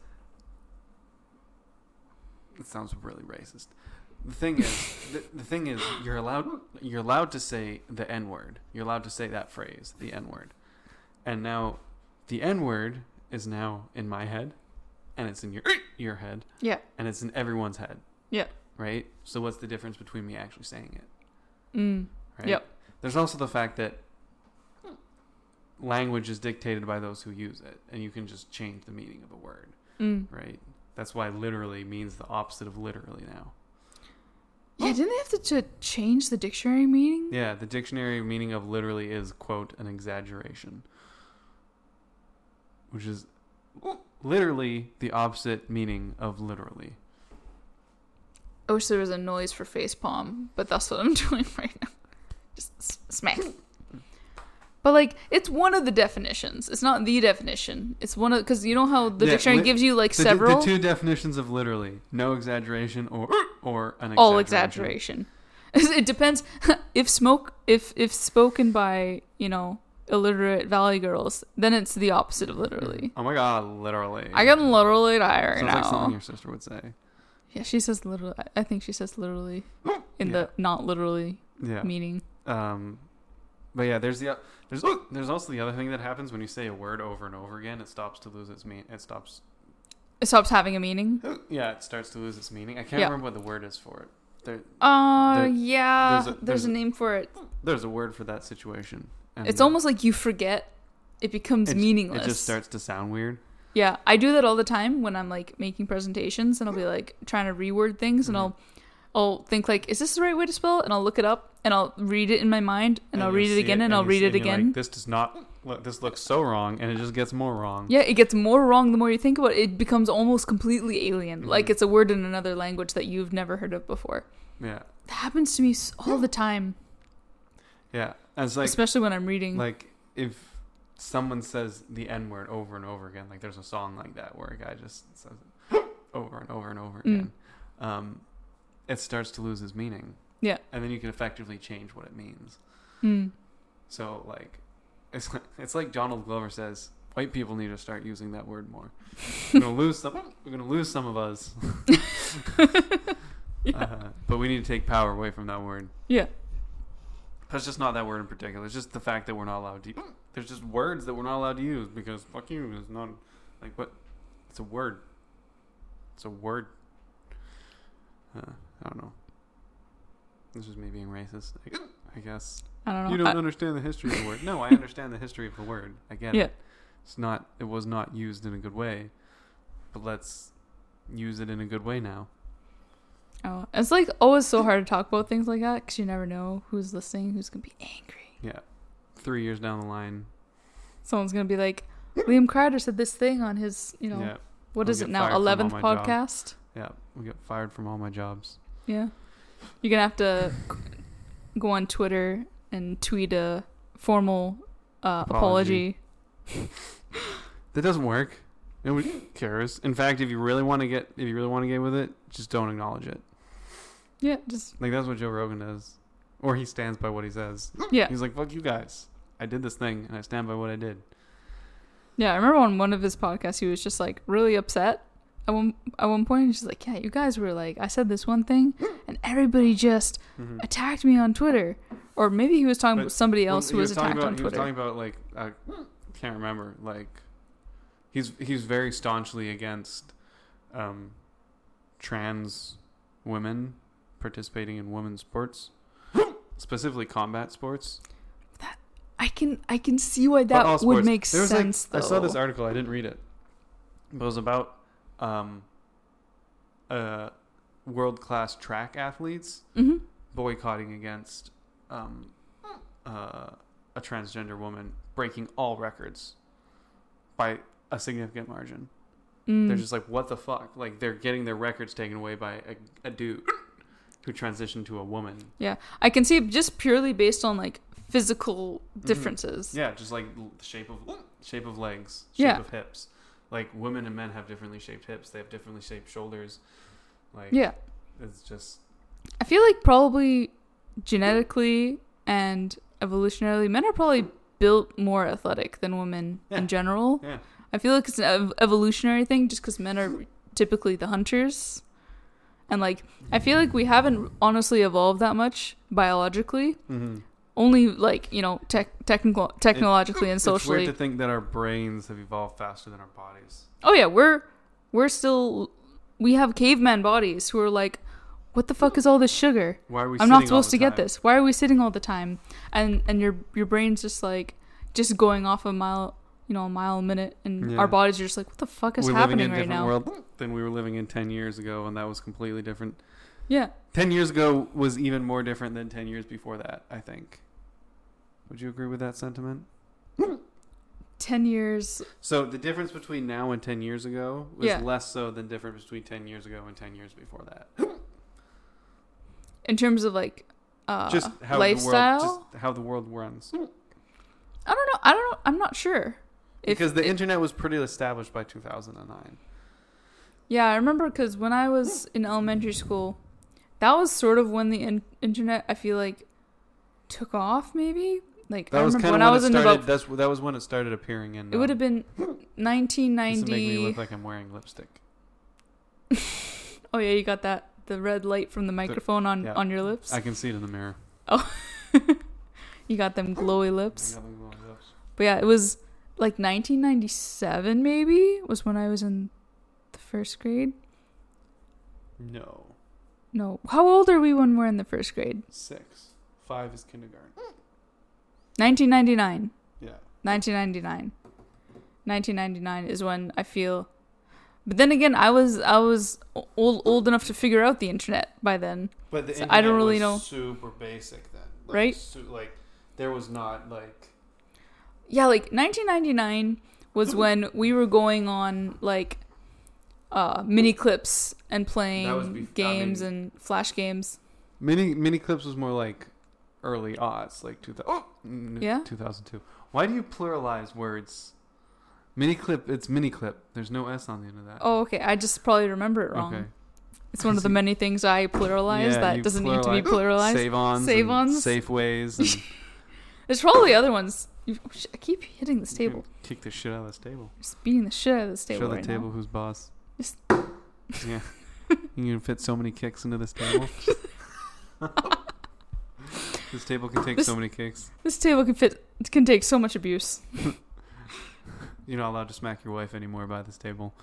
A: it sounds really racist. The thing is, the, the thing is, you're allowed you're allowed to say the N word. You're allowed to say that phrase, the N word. And now, the N word is now in my head, and it's in your your head.
B: Yeah.
A: And it's in everyone's head.
B: Yeah.
A: Right. So what's the difference between me actually saying it?
B: Mm.
A: right?
B: Yep.
A: There's also the fact that language is dictated by those who use it, and you can just change the meaning of a word,
B: Mm.
A: right? That's why literally means the opposite of literally now.
B: Yeah, didn't they have to ch- change the dictionary meaning?
A: Yeah, the dictionary meaning of literally is quote an exaggeration, which is literally the opposite meaning of literally.
B: I wish there was a noise for face palm, but that's what I'm *laughs* doing right now. Just s- smack. But like, it's one of the definitions. It's not the definition. It's one of because you know how the
A: Yeah,
B: dictionary
A: li-
B: gives you like
A: The, d-
B: several
A: the two definitions of literally: no exaggeration or or an exaggeration.
B: all exaggeration. *laughs* it depends *laughs* if smoke if if spoken by you know illiterate valley girls, then it's the opposite of literally.
A: Oh my god, literally.
B: I can literally die right
A: Sounds like
B: now.
A: something your sister would say.
B: yeah, she says literally. I- I think she
A: *gasps*
B: says literally in the not literally
A: Yeah.
B: meaning.
A: Um, but yeah, there's the o- there's there's also the other thing that happens when you say a word over and over again. It stops to lose its mean. It stops.
B: It stops having a meaning.
A: Yeah, it starts to lose its meaning. I can't
B: Yeah.
A: remember what the word is for it. There,
B: Uh,
A: There-
B: yeah.
A: there's a-
B: There's a,
A: there's a-
B: name for it.
A: there's a word for that situation. And
B: It's
A: uh,
B: almost like you forget. It becomes
A: it j-
B: meaningless.
A: It just starts to sound weird.
B: Yeah, I do that all the time when I'm like making presentations and I'll be like trying to reword things and
A: Mm-hmm.
B: I'll I'll think like is this the right way to spell it? and I'll look it up and I'll read it in my mind and, I'll
A: you'll
B: read it
A: see
B: again and, I'll
A: you
B: read
A: see
B: it
A: and you're like,
B: again.
A: this does not. Look, this looks so wrong, and it just gets more wrong.
B: yeah, it gets more wrong the more you think about it. It becomes almost completely alien. Like
A: Mhm.
B: it's a word in another language that you've never heard of before.
A: Yeah,
B: That happens to me s- all the time,
A: yeah. And it's like
B: especially when I'm reading.
A: like if someone says the n word over and over again like there's a song like that where a guy just says it *gasps* over and over and over
B: Mm.
A: again um, it starts to lose its meaning
B: Yeah.
A: and then you can effectively change what it means
B: Hmm.
A: so like it's like, it's like donald glover says white people need to start using that word more we're gonna lose some we're gonna lose some of us uh, but we need to take power away from that word
B: Yeah.
A: that's just not that word in particular. It's just the fact that we're not allowed to. *clears throat* There's just words that we're not allowed to use because fuck you is not like what. It's a word. It's a word. Uh, I don't know. This is me being racist. I, I guess
B: I don't know.
A: you don't
B: I-
A: understand the history of the word.
B: *laughs*
A: No, I understand the history of the word. I get
B: Yeah.
A: it. It's not. It was not used in a good way. But let's use it in a good way now.
B: Oh, it's like always so hard to talk about things like that because you never know who's listening, who's gonna be *laughs* angry.
A: Three years down the line.
B: Someone's gonna be like, Liam Crowder said this thing on his, you know,
A: Yeah.
B: what
A: I'll
B: is
A: get fired
B: it now,
A: from all
B: eleventh
A: my job.
B: podcast?
A: Yeah. We get fired from all my jobs.
B: Yeah, you're gonna have to c- go on Twitter and tweet a formal uh, apology.
A: Apology. That doesn't work. Nobody cares. In fact, if you really want to get if you really want to get with it, just don't acknowledge it.
B: Yeah, just
A: Like that's what Joe Rogan does, or he stands by what he says.
B: yeah,
A: He's like, "Fuck you guys. I did this thing, and I stand by what I did."
B: yeah. I remember on one of his podcasts, he was just like really upset. At one, at one point, he's just like, "Yeah, you guys were like, I said this one thing, and everybody just
A: Mhm.
B: attacked me on Twitter or maybe he was talking
A: But
B: about somebody
A: Well,
B: else
A: he
B: who was,
A: talking
B: attacked
A: about,
B: on
A: He was
B: Twitter.
A: talking about like I can't remember. Like he's he's very staunchly against um, trans women participating in women's
B: *gasps*
A: sports, specifically combat sports.
B: I can I can see why
A: But all
B: that would
A: sports.
B: make
A: There was, like-
B: sense though.
A: I saw this article. I didn't read it, but it was about um, uh, world class track athletes
B: hmm
A: boycotting against um, uh, a transgender woman breaking all records by a significant margin.
B: Mm.
A: They're just like, what the fuck? Like, they're getting their records taken away by a, a dude who transitioned to a woman.
B: I can see it just purely based on like physical
A: Mm-hmm.
B: differences.
A: Yeah, just like l- shape of shape of legs, shape
B: Yeah.
A: of hips. Like women and men have differently shaped hips. They have differently shaped shoulders. Like,
B: yeah.
A: it's just
B: I feel like probably genetically and evolutionarily, men are probably built more athletic than women
A: Yeah.
B: in general.
A: Yeah.
B: I feel like it's an ev- evolutionary thing just because men are typically the hunters. And like, I feel like we haven't honestly evolved that much biologically. Only like, you know, tech, technical, technologically and
A: it's weird
B: socially.
A: to think that our brains have evolved faster than our bodies.
B: oh yeah, we're, we're still, we have caveman bodies who are like, what the fuck is all this sugar?
A: Why are we?
B: I'm not
A: sitting all
B: supposed
A: the
B: to get
A: time?
B: this. Why are we sitting all the time? And and your your brain's just like just going off a mile, you know, a mile a minute, and
A: Yeah.
B: our bodies are just like, what the fuck is
A: we're living
B: happening
A: in a
B: right
A: different
B: now?
A: world than we were living in 10 years ago and that was completely different
B: Yeah,
A: 10 years ago was even more different than 10 years before that i think would you agree with that sentiment
B: ten years.
A: so the difference between now and 10 years ago was
B: Yeah.
A: less so than difference between 10 years ago and 10 years before that
B: in terms of like uh,
A: just how
B: lifestyle. Hmm.
A: the world just how the world runs
B: I don't know. I don't know. I'm not sure. If-
A: because the internet was pretty established by 2009
B: Yeah, I remember because when I was in elementary school, that was sort of when the in- internet I feel like took off. Maybe like
A: that
B: I
A: was
B: remember
A: kind of
B: when
A: when,
B: I was
A: it
B: in
A: started
B: about.
A: that's, that was when it started appearing in
B: It would have
A: um,
B: been
A: this
B: 1990.
A: would make me look like i'm wearing lipstick
B: *laughs* Oh yeah, you got that the red light from the microphone on
A: yeah.
B: on your lips.
A: i can see it in the mirror
B: you got them glowy
A: I
B: lips.
A: got them glowing lips.
B: But yeah, it was like 1997 maybe was when I was in the first grade.
A: no
B: No, how old are we when we're in the first grade?
A: six. Five is kindergarten.
B: 1999.
A: Yeah.
B: 1999. 1999 is when I feel But then again, I was I was o- old old enough to figure out the internet by then.
A: But the
B: So I
A: internet
B: don't really
A: was
B: know.
A: Super basic then. Like,
B: Right?
A: su- like there was not like
B: Yeah, like 1999
A: *laughs*
B: was when we were going on like uh, mini clips and playing
A: That was bef- I
B: games
A: mean-
B: and flash games.
A: mini mini clips was more like early aughts, like two thousand.
B: Yeah?
A: Two thousand two. Why do you pluralize words? Mini clip. It's mini clip. There's no s on the end of that.
B: Oh, okay. I just probably remember it wrong. It's one of
A: *laughs*
B: the
A: See.
B: many things I pluralize
A: Yeah,
B: that
A: you
B: doesn't need to be
A: pluralize.
B: pluralized.
A: Save ons. Save ons.
B: Save-ons.
A: Safe ways.
B: *laughs*
A: And
B: There's probably other ones. You, oh, shit, I keep hitting this
A: *laughs*
B: table.
A: Kick the shit out of this table.
B: Just beating the shit out of this table
A: Show the
B: right
A: table
B: now.
A: who's boss.
B: Just-
A: *laughs*
B: *laughs*
A: yeah. You can fit so many kicks into this table. *laughs* this table can take so
B: This-
A: many kicks.
B: This table can fit can take so much abuse.
A: You're not allowed to smack your wife anymore by this
B: *laughs*
A: table.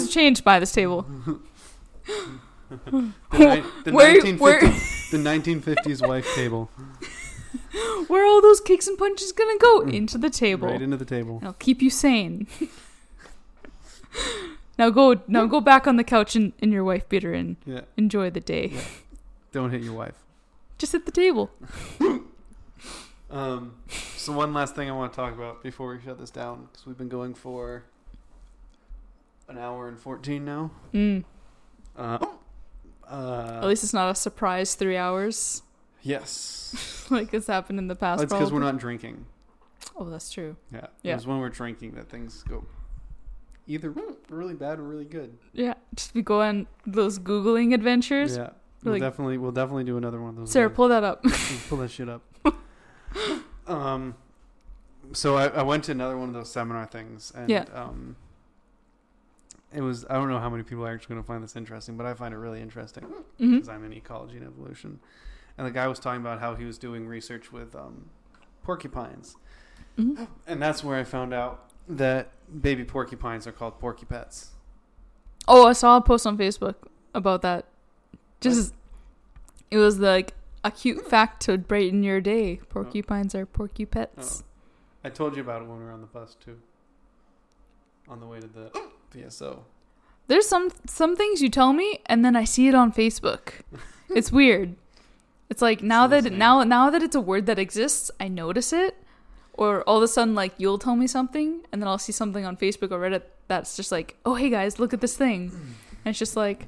A: *laughs*
B: have changed by this table.
A: The, ni- the,
B: Where-
A: 1950
B: where-
A: the 1950s wife table.
B: Where are all those kicks and punches gonna go? Into the *laughs* table.
A: Mm. Right into the
B: *laughs*
A: table.
B: I'll keep you sane. *laughs* now go now go back on the couch and, and your wife beater and
A: Yeah.
B: enjoy the day.
A: Don't hit your wife.
B: Just at the table.
A: Um, so one last thing I want to talk about before we shut this down because we've been going for an hour and 14 now.
B: Mm.
A: Uh,
B: Oh.
A: uh,
B: at least it's not a surprise three hours *laughs*
A: Yes.
B: like it's happened in the
A: That's
B: past.
A: because we're
B: probably.
A: not drinking.
B: Oh, that's true.
A: Yeah.
B: Yeah.
A: It's when we're drinking that things go either really bad or really good.
B: Yeah, just be going those googling adventures.
A: yeah. We'll
B: like-
A: definitely we'll definitely do another one of those.
B: Sarah,
A: later.
B: pull that up. *laughs*
A: pull that shit up. um so I, I went to another one of those seminar things and
B: Yeah.
A: um it was I don't know how many people are actually going to find this interesting, but I find it really interesting
B: Mhm.
A: because I'm in ecology and evolution. And the guy was talking about how he was doing research with um, porcupines,
B: Mhm.
A: and that's where I found out that baby porcupines are called porcupets.
B: Oh, I saw a post on Facebook about that. Just it was like a cute fact to brighten your day. Porcupines are
A: Oh.
B: porcupets.
A: Uh, I told you about it when we were on the bus too, on the way to the PSO.
B: There's some some things you tell me and then I see it on Facebook. it's weird. It's like now that
A: insane.
B: now now that it's a word that exists, I notice it. Or all of a sudden like you'll tell me something and then I'll see something on Facebook or Reddit that's just like, "Oh, hey guys, look at this thing." And it's just like,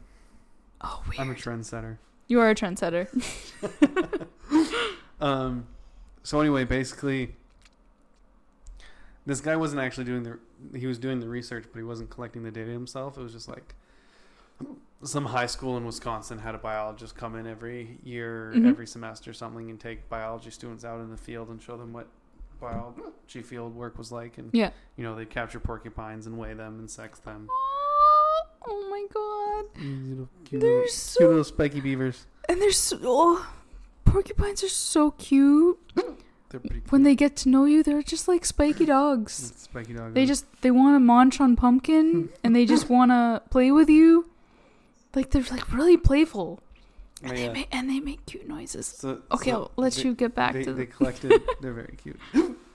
B: "Oh, weird.
A: I'm a trendsetter.
B: you are a trendsetter."
A: Um, so anyway, basically, this guy wasn't actually doing the he was doing the research, but he wasn't collecting the data himself. It was just like some high school in Wisconsin had a biologist come in every year,
B: Mhm.
A: every semester, or something, and take biology students out in the field and show them what biology field work was like, and
B: Yeah.
A: you know they capture porcupines and weigh them and sex them.
B: oh my god.
A: Little, cute,
B: They're
A: little,
B: little- so-
A: cute
B: cute
A: little spiky beavers.
B: And they're so oh, porcupines are so cute.
A: They're pretty cute.
B: When they get to know you, they're just like spiky dogs.
A: spiky dog.
B: They just they want to munch on
A: *laughs*
B: pumpkin and they just want to play with you. Like they're like really playful and they make and they make cute noises.
A: So,
B: Okay,
A: so
B: I'll let
A: they-
B: you get back
A: they,
B: to
A: they
B: the
A: collected
B: *laughs*
A: they're very cute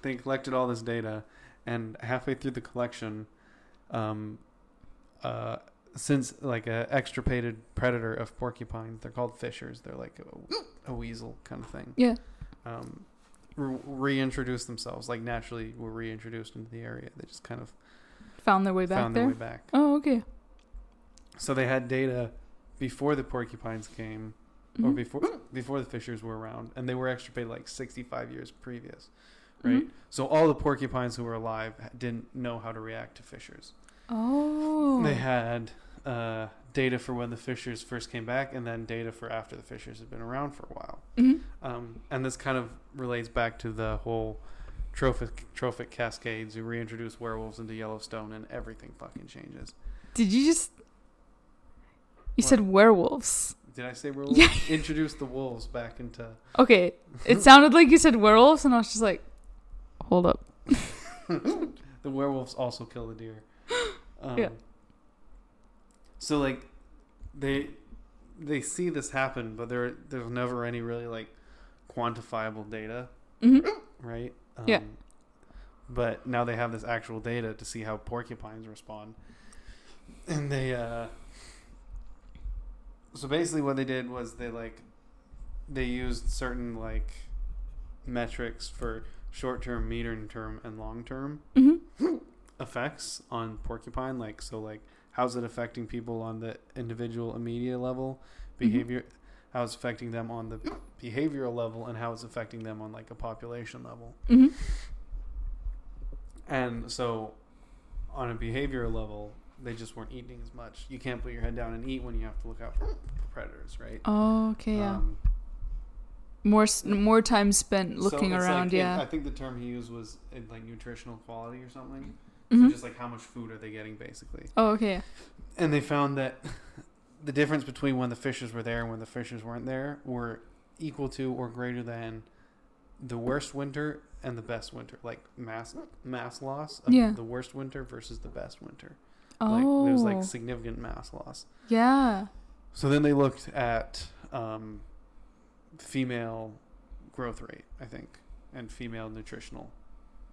A: they collected all this data and halfway through the collection um uh since like a extirpated predator of porcupines they're called fishers they're like a, a weasel kind of thing
B: Yeah.
A: um re- reintroduced themselves like naturally were reintroduced into the area they just kind of
B: found their way back
A: found their
B: there.
A: way back
B: Oh, okay.
A: so they had data before the porcupines came or
B: Mhm.
A: before before the fishers were around, and they were extirpated like 65 years previous,
B: Mhm.
A: right? So all the porcupines who were alive didn't know how to react to fishers.
B: Oh.
A: They had uh, data for when the fishers first came back, and then data for after the fishers had been around for a while.
B: Mhm.
A: Um, and this kind of relates back to the whole trophic trophic cascades who reintroduce werewolves into Yellowstone, and everything fucking changes.
B: Did you just You said werewolves.
A: Did I say werewolves?
B: Yeah.
A: Introduce the wolves back into.
B: Okay.
A: *laughs*
B: It sounded like you said werewolves and I was just like hold up.
A: the werewolves also kill the
B: *gasps*
A: deer. Um,
B: Yeah.
A: So like, they they see this happen, but there there's never any really like quantifiable data,
B: Mhm.
A: right? Um,
B: Yeah.
A: But now they have this actual data to see how porcupines respond, and they uh. So basically, what they did was they like, they used certain like metrics for short term, medium term, and long term
B: Mhm.
A: effects on porcupine like so like how's it affecting people on the individual immediate level
B: Mm-hmm.
A: behavior how it's affecting them on the behavioral level and how it's affecting them on like a population level
B: Mhm.
A: and so on a behavioral level they just weren't eating as much you can't put your head down and eat when you have to look out for predators right
B: Oh, okay. Yeah.
A: Um,
B: more s- more time spent
A: so
B: looking
A: it's
B: around.
A: like-
B: yeah.
A: i think the term he used was uh, like nutritional quality or something so
B: Mhm.
A: just like how much food are they getting basically
B: Oh, okay.
A: and they found that *laughs* the difference between when the fishers were there and when the fishers weren't there were equal to or greater than the worst winter and the best winter like mass mass loss of
B: Yeah.
A: the worst winter versus the best winter like
B: Oh.
A: there's like significant mass loss
B: yeah.
A: so then they looked at um, female growth rate i think and female nutritional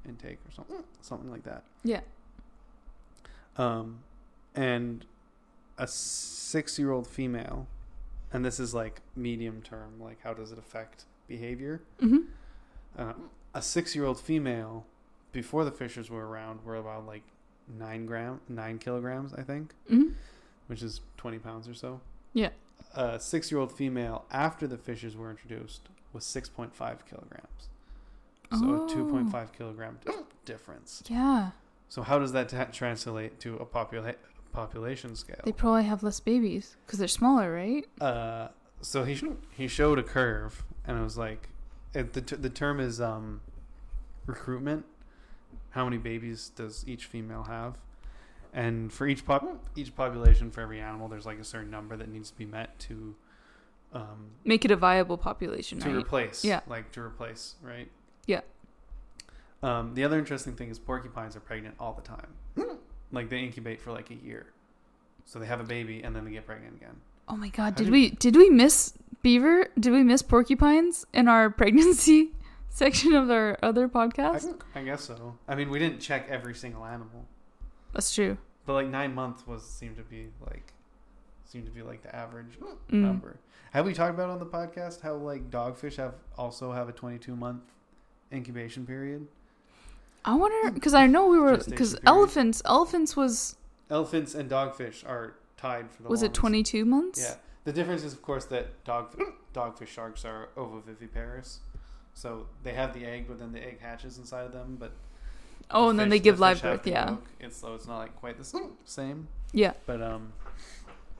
A: intake or something something like that
B: Yeah.
A: um, and a six year old female, and this is like medium term, like how does it affect behavior?
B: hmm
A: Uh, a six year old female before the fishers were around were about like nine gram, nine kilograms, I think,
B: hmm
A: which is 20 pounds or so.
B: Yeah.
A: A six year old female after the fishers were introduced was 6.5 kilograms. So
B: Oh.
A: a 2.5 kilogram d- difference.
B: Yeah.
A: So how does that ta translate to a popula- population scale?
B: They probably have less babies because they're smaller, right?
A: Uh, so he sh- he showed a curve, and it was like, it, the t- the term is um, recruitment. How many babies does each female have? and for each pop each population for every animal, there's like a certain number that needs to be met to um,
B: Make it a viable population,
A: to
B: right?
A: replace.
B: Yeah.
A: Like to replace, right?
B: Yeah.
A: Um, the other interesting thing is porcupines are pregnant all the time.
B: Hmm.
A: like they incubate for like a year. So they have a baby and then they get pregnant again.
B: oh my god,
A: How
B: did
A: do-
B: we did we miss beaver? Did we miss porcupines in our *laughs* pregnancy section of our other
A: I,
B: podcast?
A: I guess so. I mean, we didn't check every single animal,
B: That's true.
A: but like nine months was seemed to be like seemed to be like the average
B: Mm.
A: number. Have we talked about on the podcast how like dogfish have also have a 22 month incubation period?
B: I wonder
A: hmm.
B: because I know we were
A: Gestation
B: because
A: period.
B: elephants elephants was
A: Elephants and dogfish are tied for the
B: was it
A: longest.
B: twenty two months?
A: Yeah. The difference is, of course, that dog dogfish sharks are ovoviviparous, so they have the egg, but then the egg hatches inside of them. But
B: Oh,
A: the
B: and then
A: fish-
B: they give
A: the
B: live
A: fish have
B: birth.
A: the
B: Yeah.
A: yolk. It's so it's not like quite the s- same.
B: Yeah.
A: But um,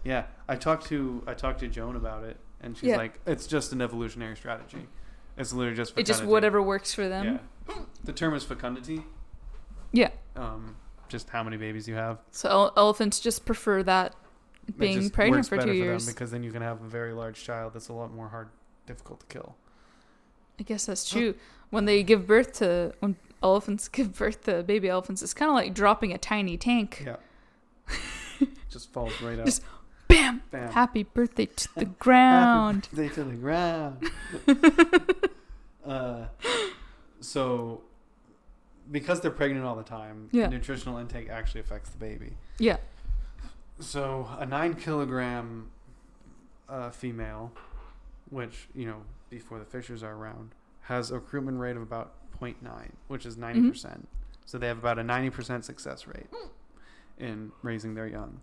A: yeah. I talked to I talked to Joan about it, and she's
B: Yeah.
A: like, it's just an evolutionary strategy. It's literally just
B: It just
A: fecundity."
B: whatever works for them.
A: Yeah. The term is fecundity.
B: Yeah.
A: Um, just how many babies you have.
B: So ele- elephants just prefer that
A: It
B: being
A: just
B: pregnant
A: works
B: for
A: better
B: two
A: them
B: years.
A: because then you can have a very large child that's a lot more hard, difficult to
B: *laughs*
A: kill.
B: I guess that's true. When they give birth to when elephants *laughs* give birth to baby elephants, it's kind of like dropping a tiny tank.
A: Yeah. just falls right out.
B: Just Bam!
A: Bam.
B: Happy birthday
A: *laughs*
B: to the ground.
A: They to the ground. uh, so, because they're pregnant all the time,
B: Yeah.
A: the nutritional intake actually affects the baby.
B: Yeah.
A: So, a nine kilogram uh, female, which, you know, before the fishers are around, has a recruitment rate of about 0.9, which is
B: Mm-hmm.
A: 90%. percent So, they have about a 90% success rate in raising their young.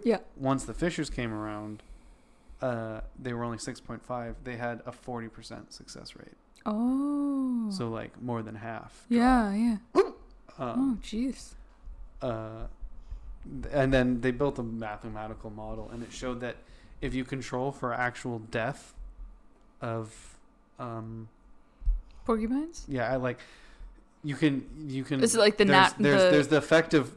B: Mm. Yeah.
A: Once the fishers came around, uh, they were only 6.5. They had a 40% success rate.
B: Oh.
A: So, like, more than half. drop.
B: yeah, yeah.
A: Um,
B: oh, jeez.
A: uh, and then they built a mathematical model, and it showed that if you control for actual death of, um,
B: Porcupines?
A: yeah, I like you can you can.
B: Is it like the
A: there's,
B: nat-
A: There's
B: the-
A: there's the effect of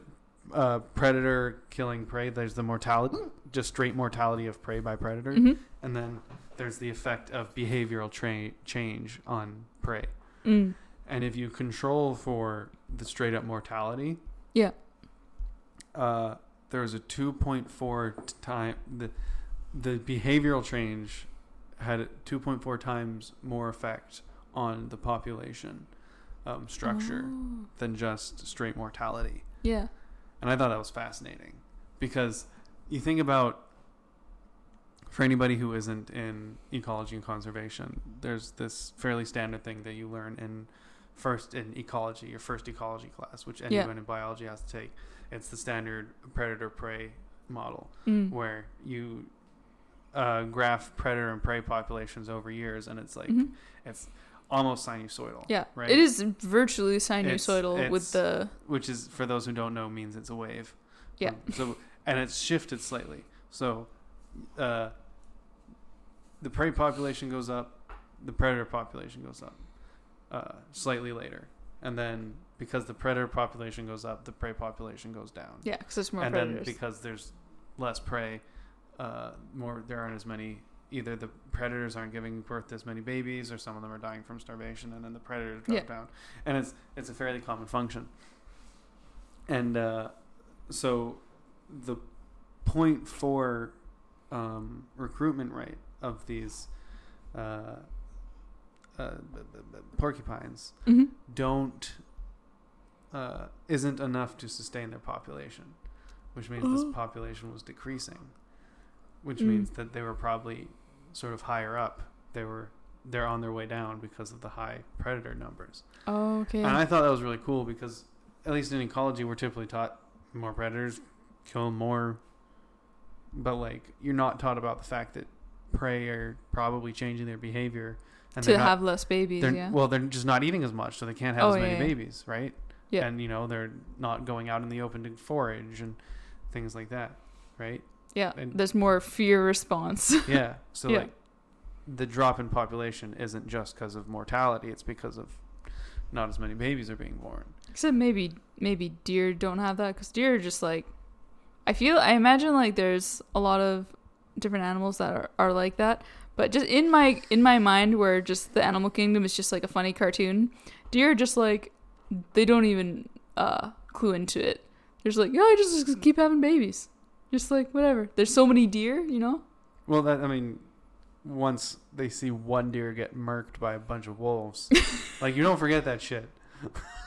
A: uh, predator killing prey. There's the mortality, just straight mortality of prey by predator,
B: hmm
A: and then there's the effect of behavioral tra- change on prey.
B: Mm.
A: And if you control for the straight up mortality,
B: Yeah.
A: Uh, there was a 2.4 t- time the the behavioral change had a 2.4 times more effect on the population um, structure
B: Oh.
A: than just straight mortality.
B: Yeah.
A: And I thought that was fascinating because you think about for anybody who isn't in ecology and conservation, there's this fairly standard thing that you learn in first in ecology, your first ecology class, which
B: Yeah.
A: anyone in biology has to take. It's the standard predator prey model
B: Mm.
A: where you uh, graph predator and prey populations over years, and it's like
B: Mhm.
A: it's almost sinusoidal.
B: Yeah.
A: right?
B: It is virtually sinusoidal
A: it's-
B: with the.
A: which is for those who don't know means it's a wave.
B: Yeah.
A: Um, So and it's shifted slightly. So uh, the prey population goes up, the predator population goes up uh, slightly later, and then because the predator population goes up, the prey population goes down.
B: Yeah, because there's more
A: and then
B: predators.
A: because there's less prey, uh, more there aren't as many. Either the predators aren't giving birth to as many babies, or some of them are dying from starvation, and then the predators drop
B: Yeah.
A: down. And it's it's a fairly common function. And uh, so, the 0.4 um, recruitment rate of these uh, uh, b- b- b- porcupines
B: Mhm.
A: don't uh, isn't enough to sustain their population, which means
B: Oh.
A: this population was decreasing, which
B: Mm.
A: means that they were probably sort of higher up. They were they're on their way down because of the high predator numbers.
B: Oh, okay.
A: And I thought that was really cool because at least in ecology we're typically taught more predators kill more, but like you're not taught about the fact that prey are probably changing their behavior and
B: to
A: they're not
B: have less babies,
A: they're,
B: yeah.
A: Well, they're just not eating as much, so they can't have
B: Oh,
A: as many
B: yeah, yeah.
A: babies, right?
B: Yeah.
A: And you know they're not going out in the open to forage and things like that,
B: *laughs*
A: right?
B: yeah.
A: and-
B: There's more fear response.
A: yeah. So
B: Yeah.
A: like, the drop in population isn't just because of mortality; it's because of not as many babies are being born.
B: Except maybe maybe deer don't have that because deer are just like I feel I imagine like there's a lot of different animals that are, are like that. But just in my in my mind where just the animal kingdom is just like a funny cartoon, deer are just like they don't even uh clue into it. They're just like, yeah, I just, just keep having babies. Just like whatever. There's so many deer, you know?
A: Well, that I mean, once they see one deer get murked by a bunch of
B: *laughs*
A: wolves, like you don't forget that shit.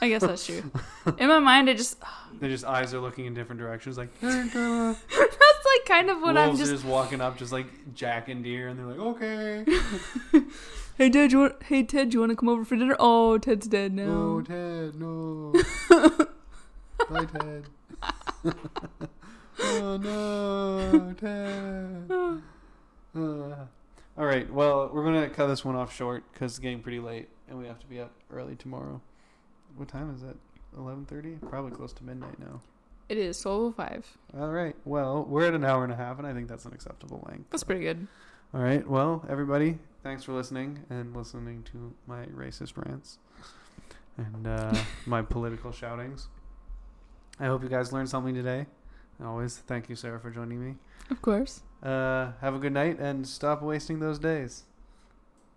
B: I guess that's true. in my mind I just *laughs*
A: Their just eyes are looking in different directions, like "Da-da-da."
B: that's like kind of what I'm
A: wolves
B: just
A: are just walking up, just like Jack and deer, and they're like, "Oh,
B: *laughs*
A: okay,
B: Hey Ted, you want, hey Ted, you want to come over for dinner? Oh, Ted's dead now.
A: no Ted,
B: *laughs*
A: no, bye Ted. oh no, Ted. Uh, all right, well, we're gonna cut this one off short because it's getting pretty late, and we have to be up early tomorrow. What time is it? Eleven thirty? Probably close to midnight now.
B: It is 12:05.
A: All right. Well, we're at an hour and a half, and I think that's an acceptable length.
B: That's pretty good.
A: All right. Well, everybody, thanks for listening and listening to my racist rants and uh, my political shoutings. I hope you guys learned something today. And Always, thank you, Sarah, for joining me.
B: Of course.
A: Uh, have a good night and stop wasting those days.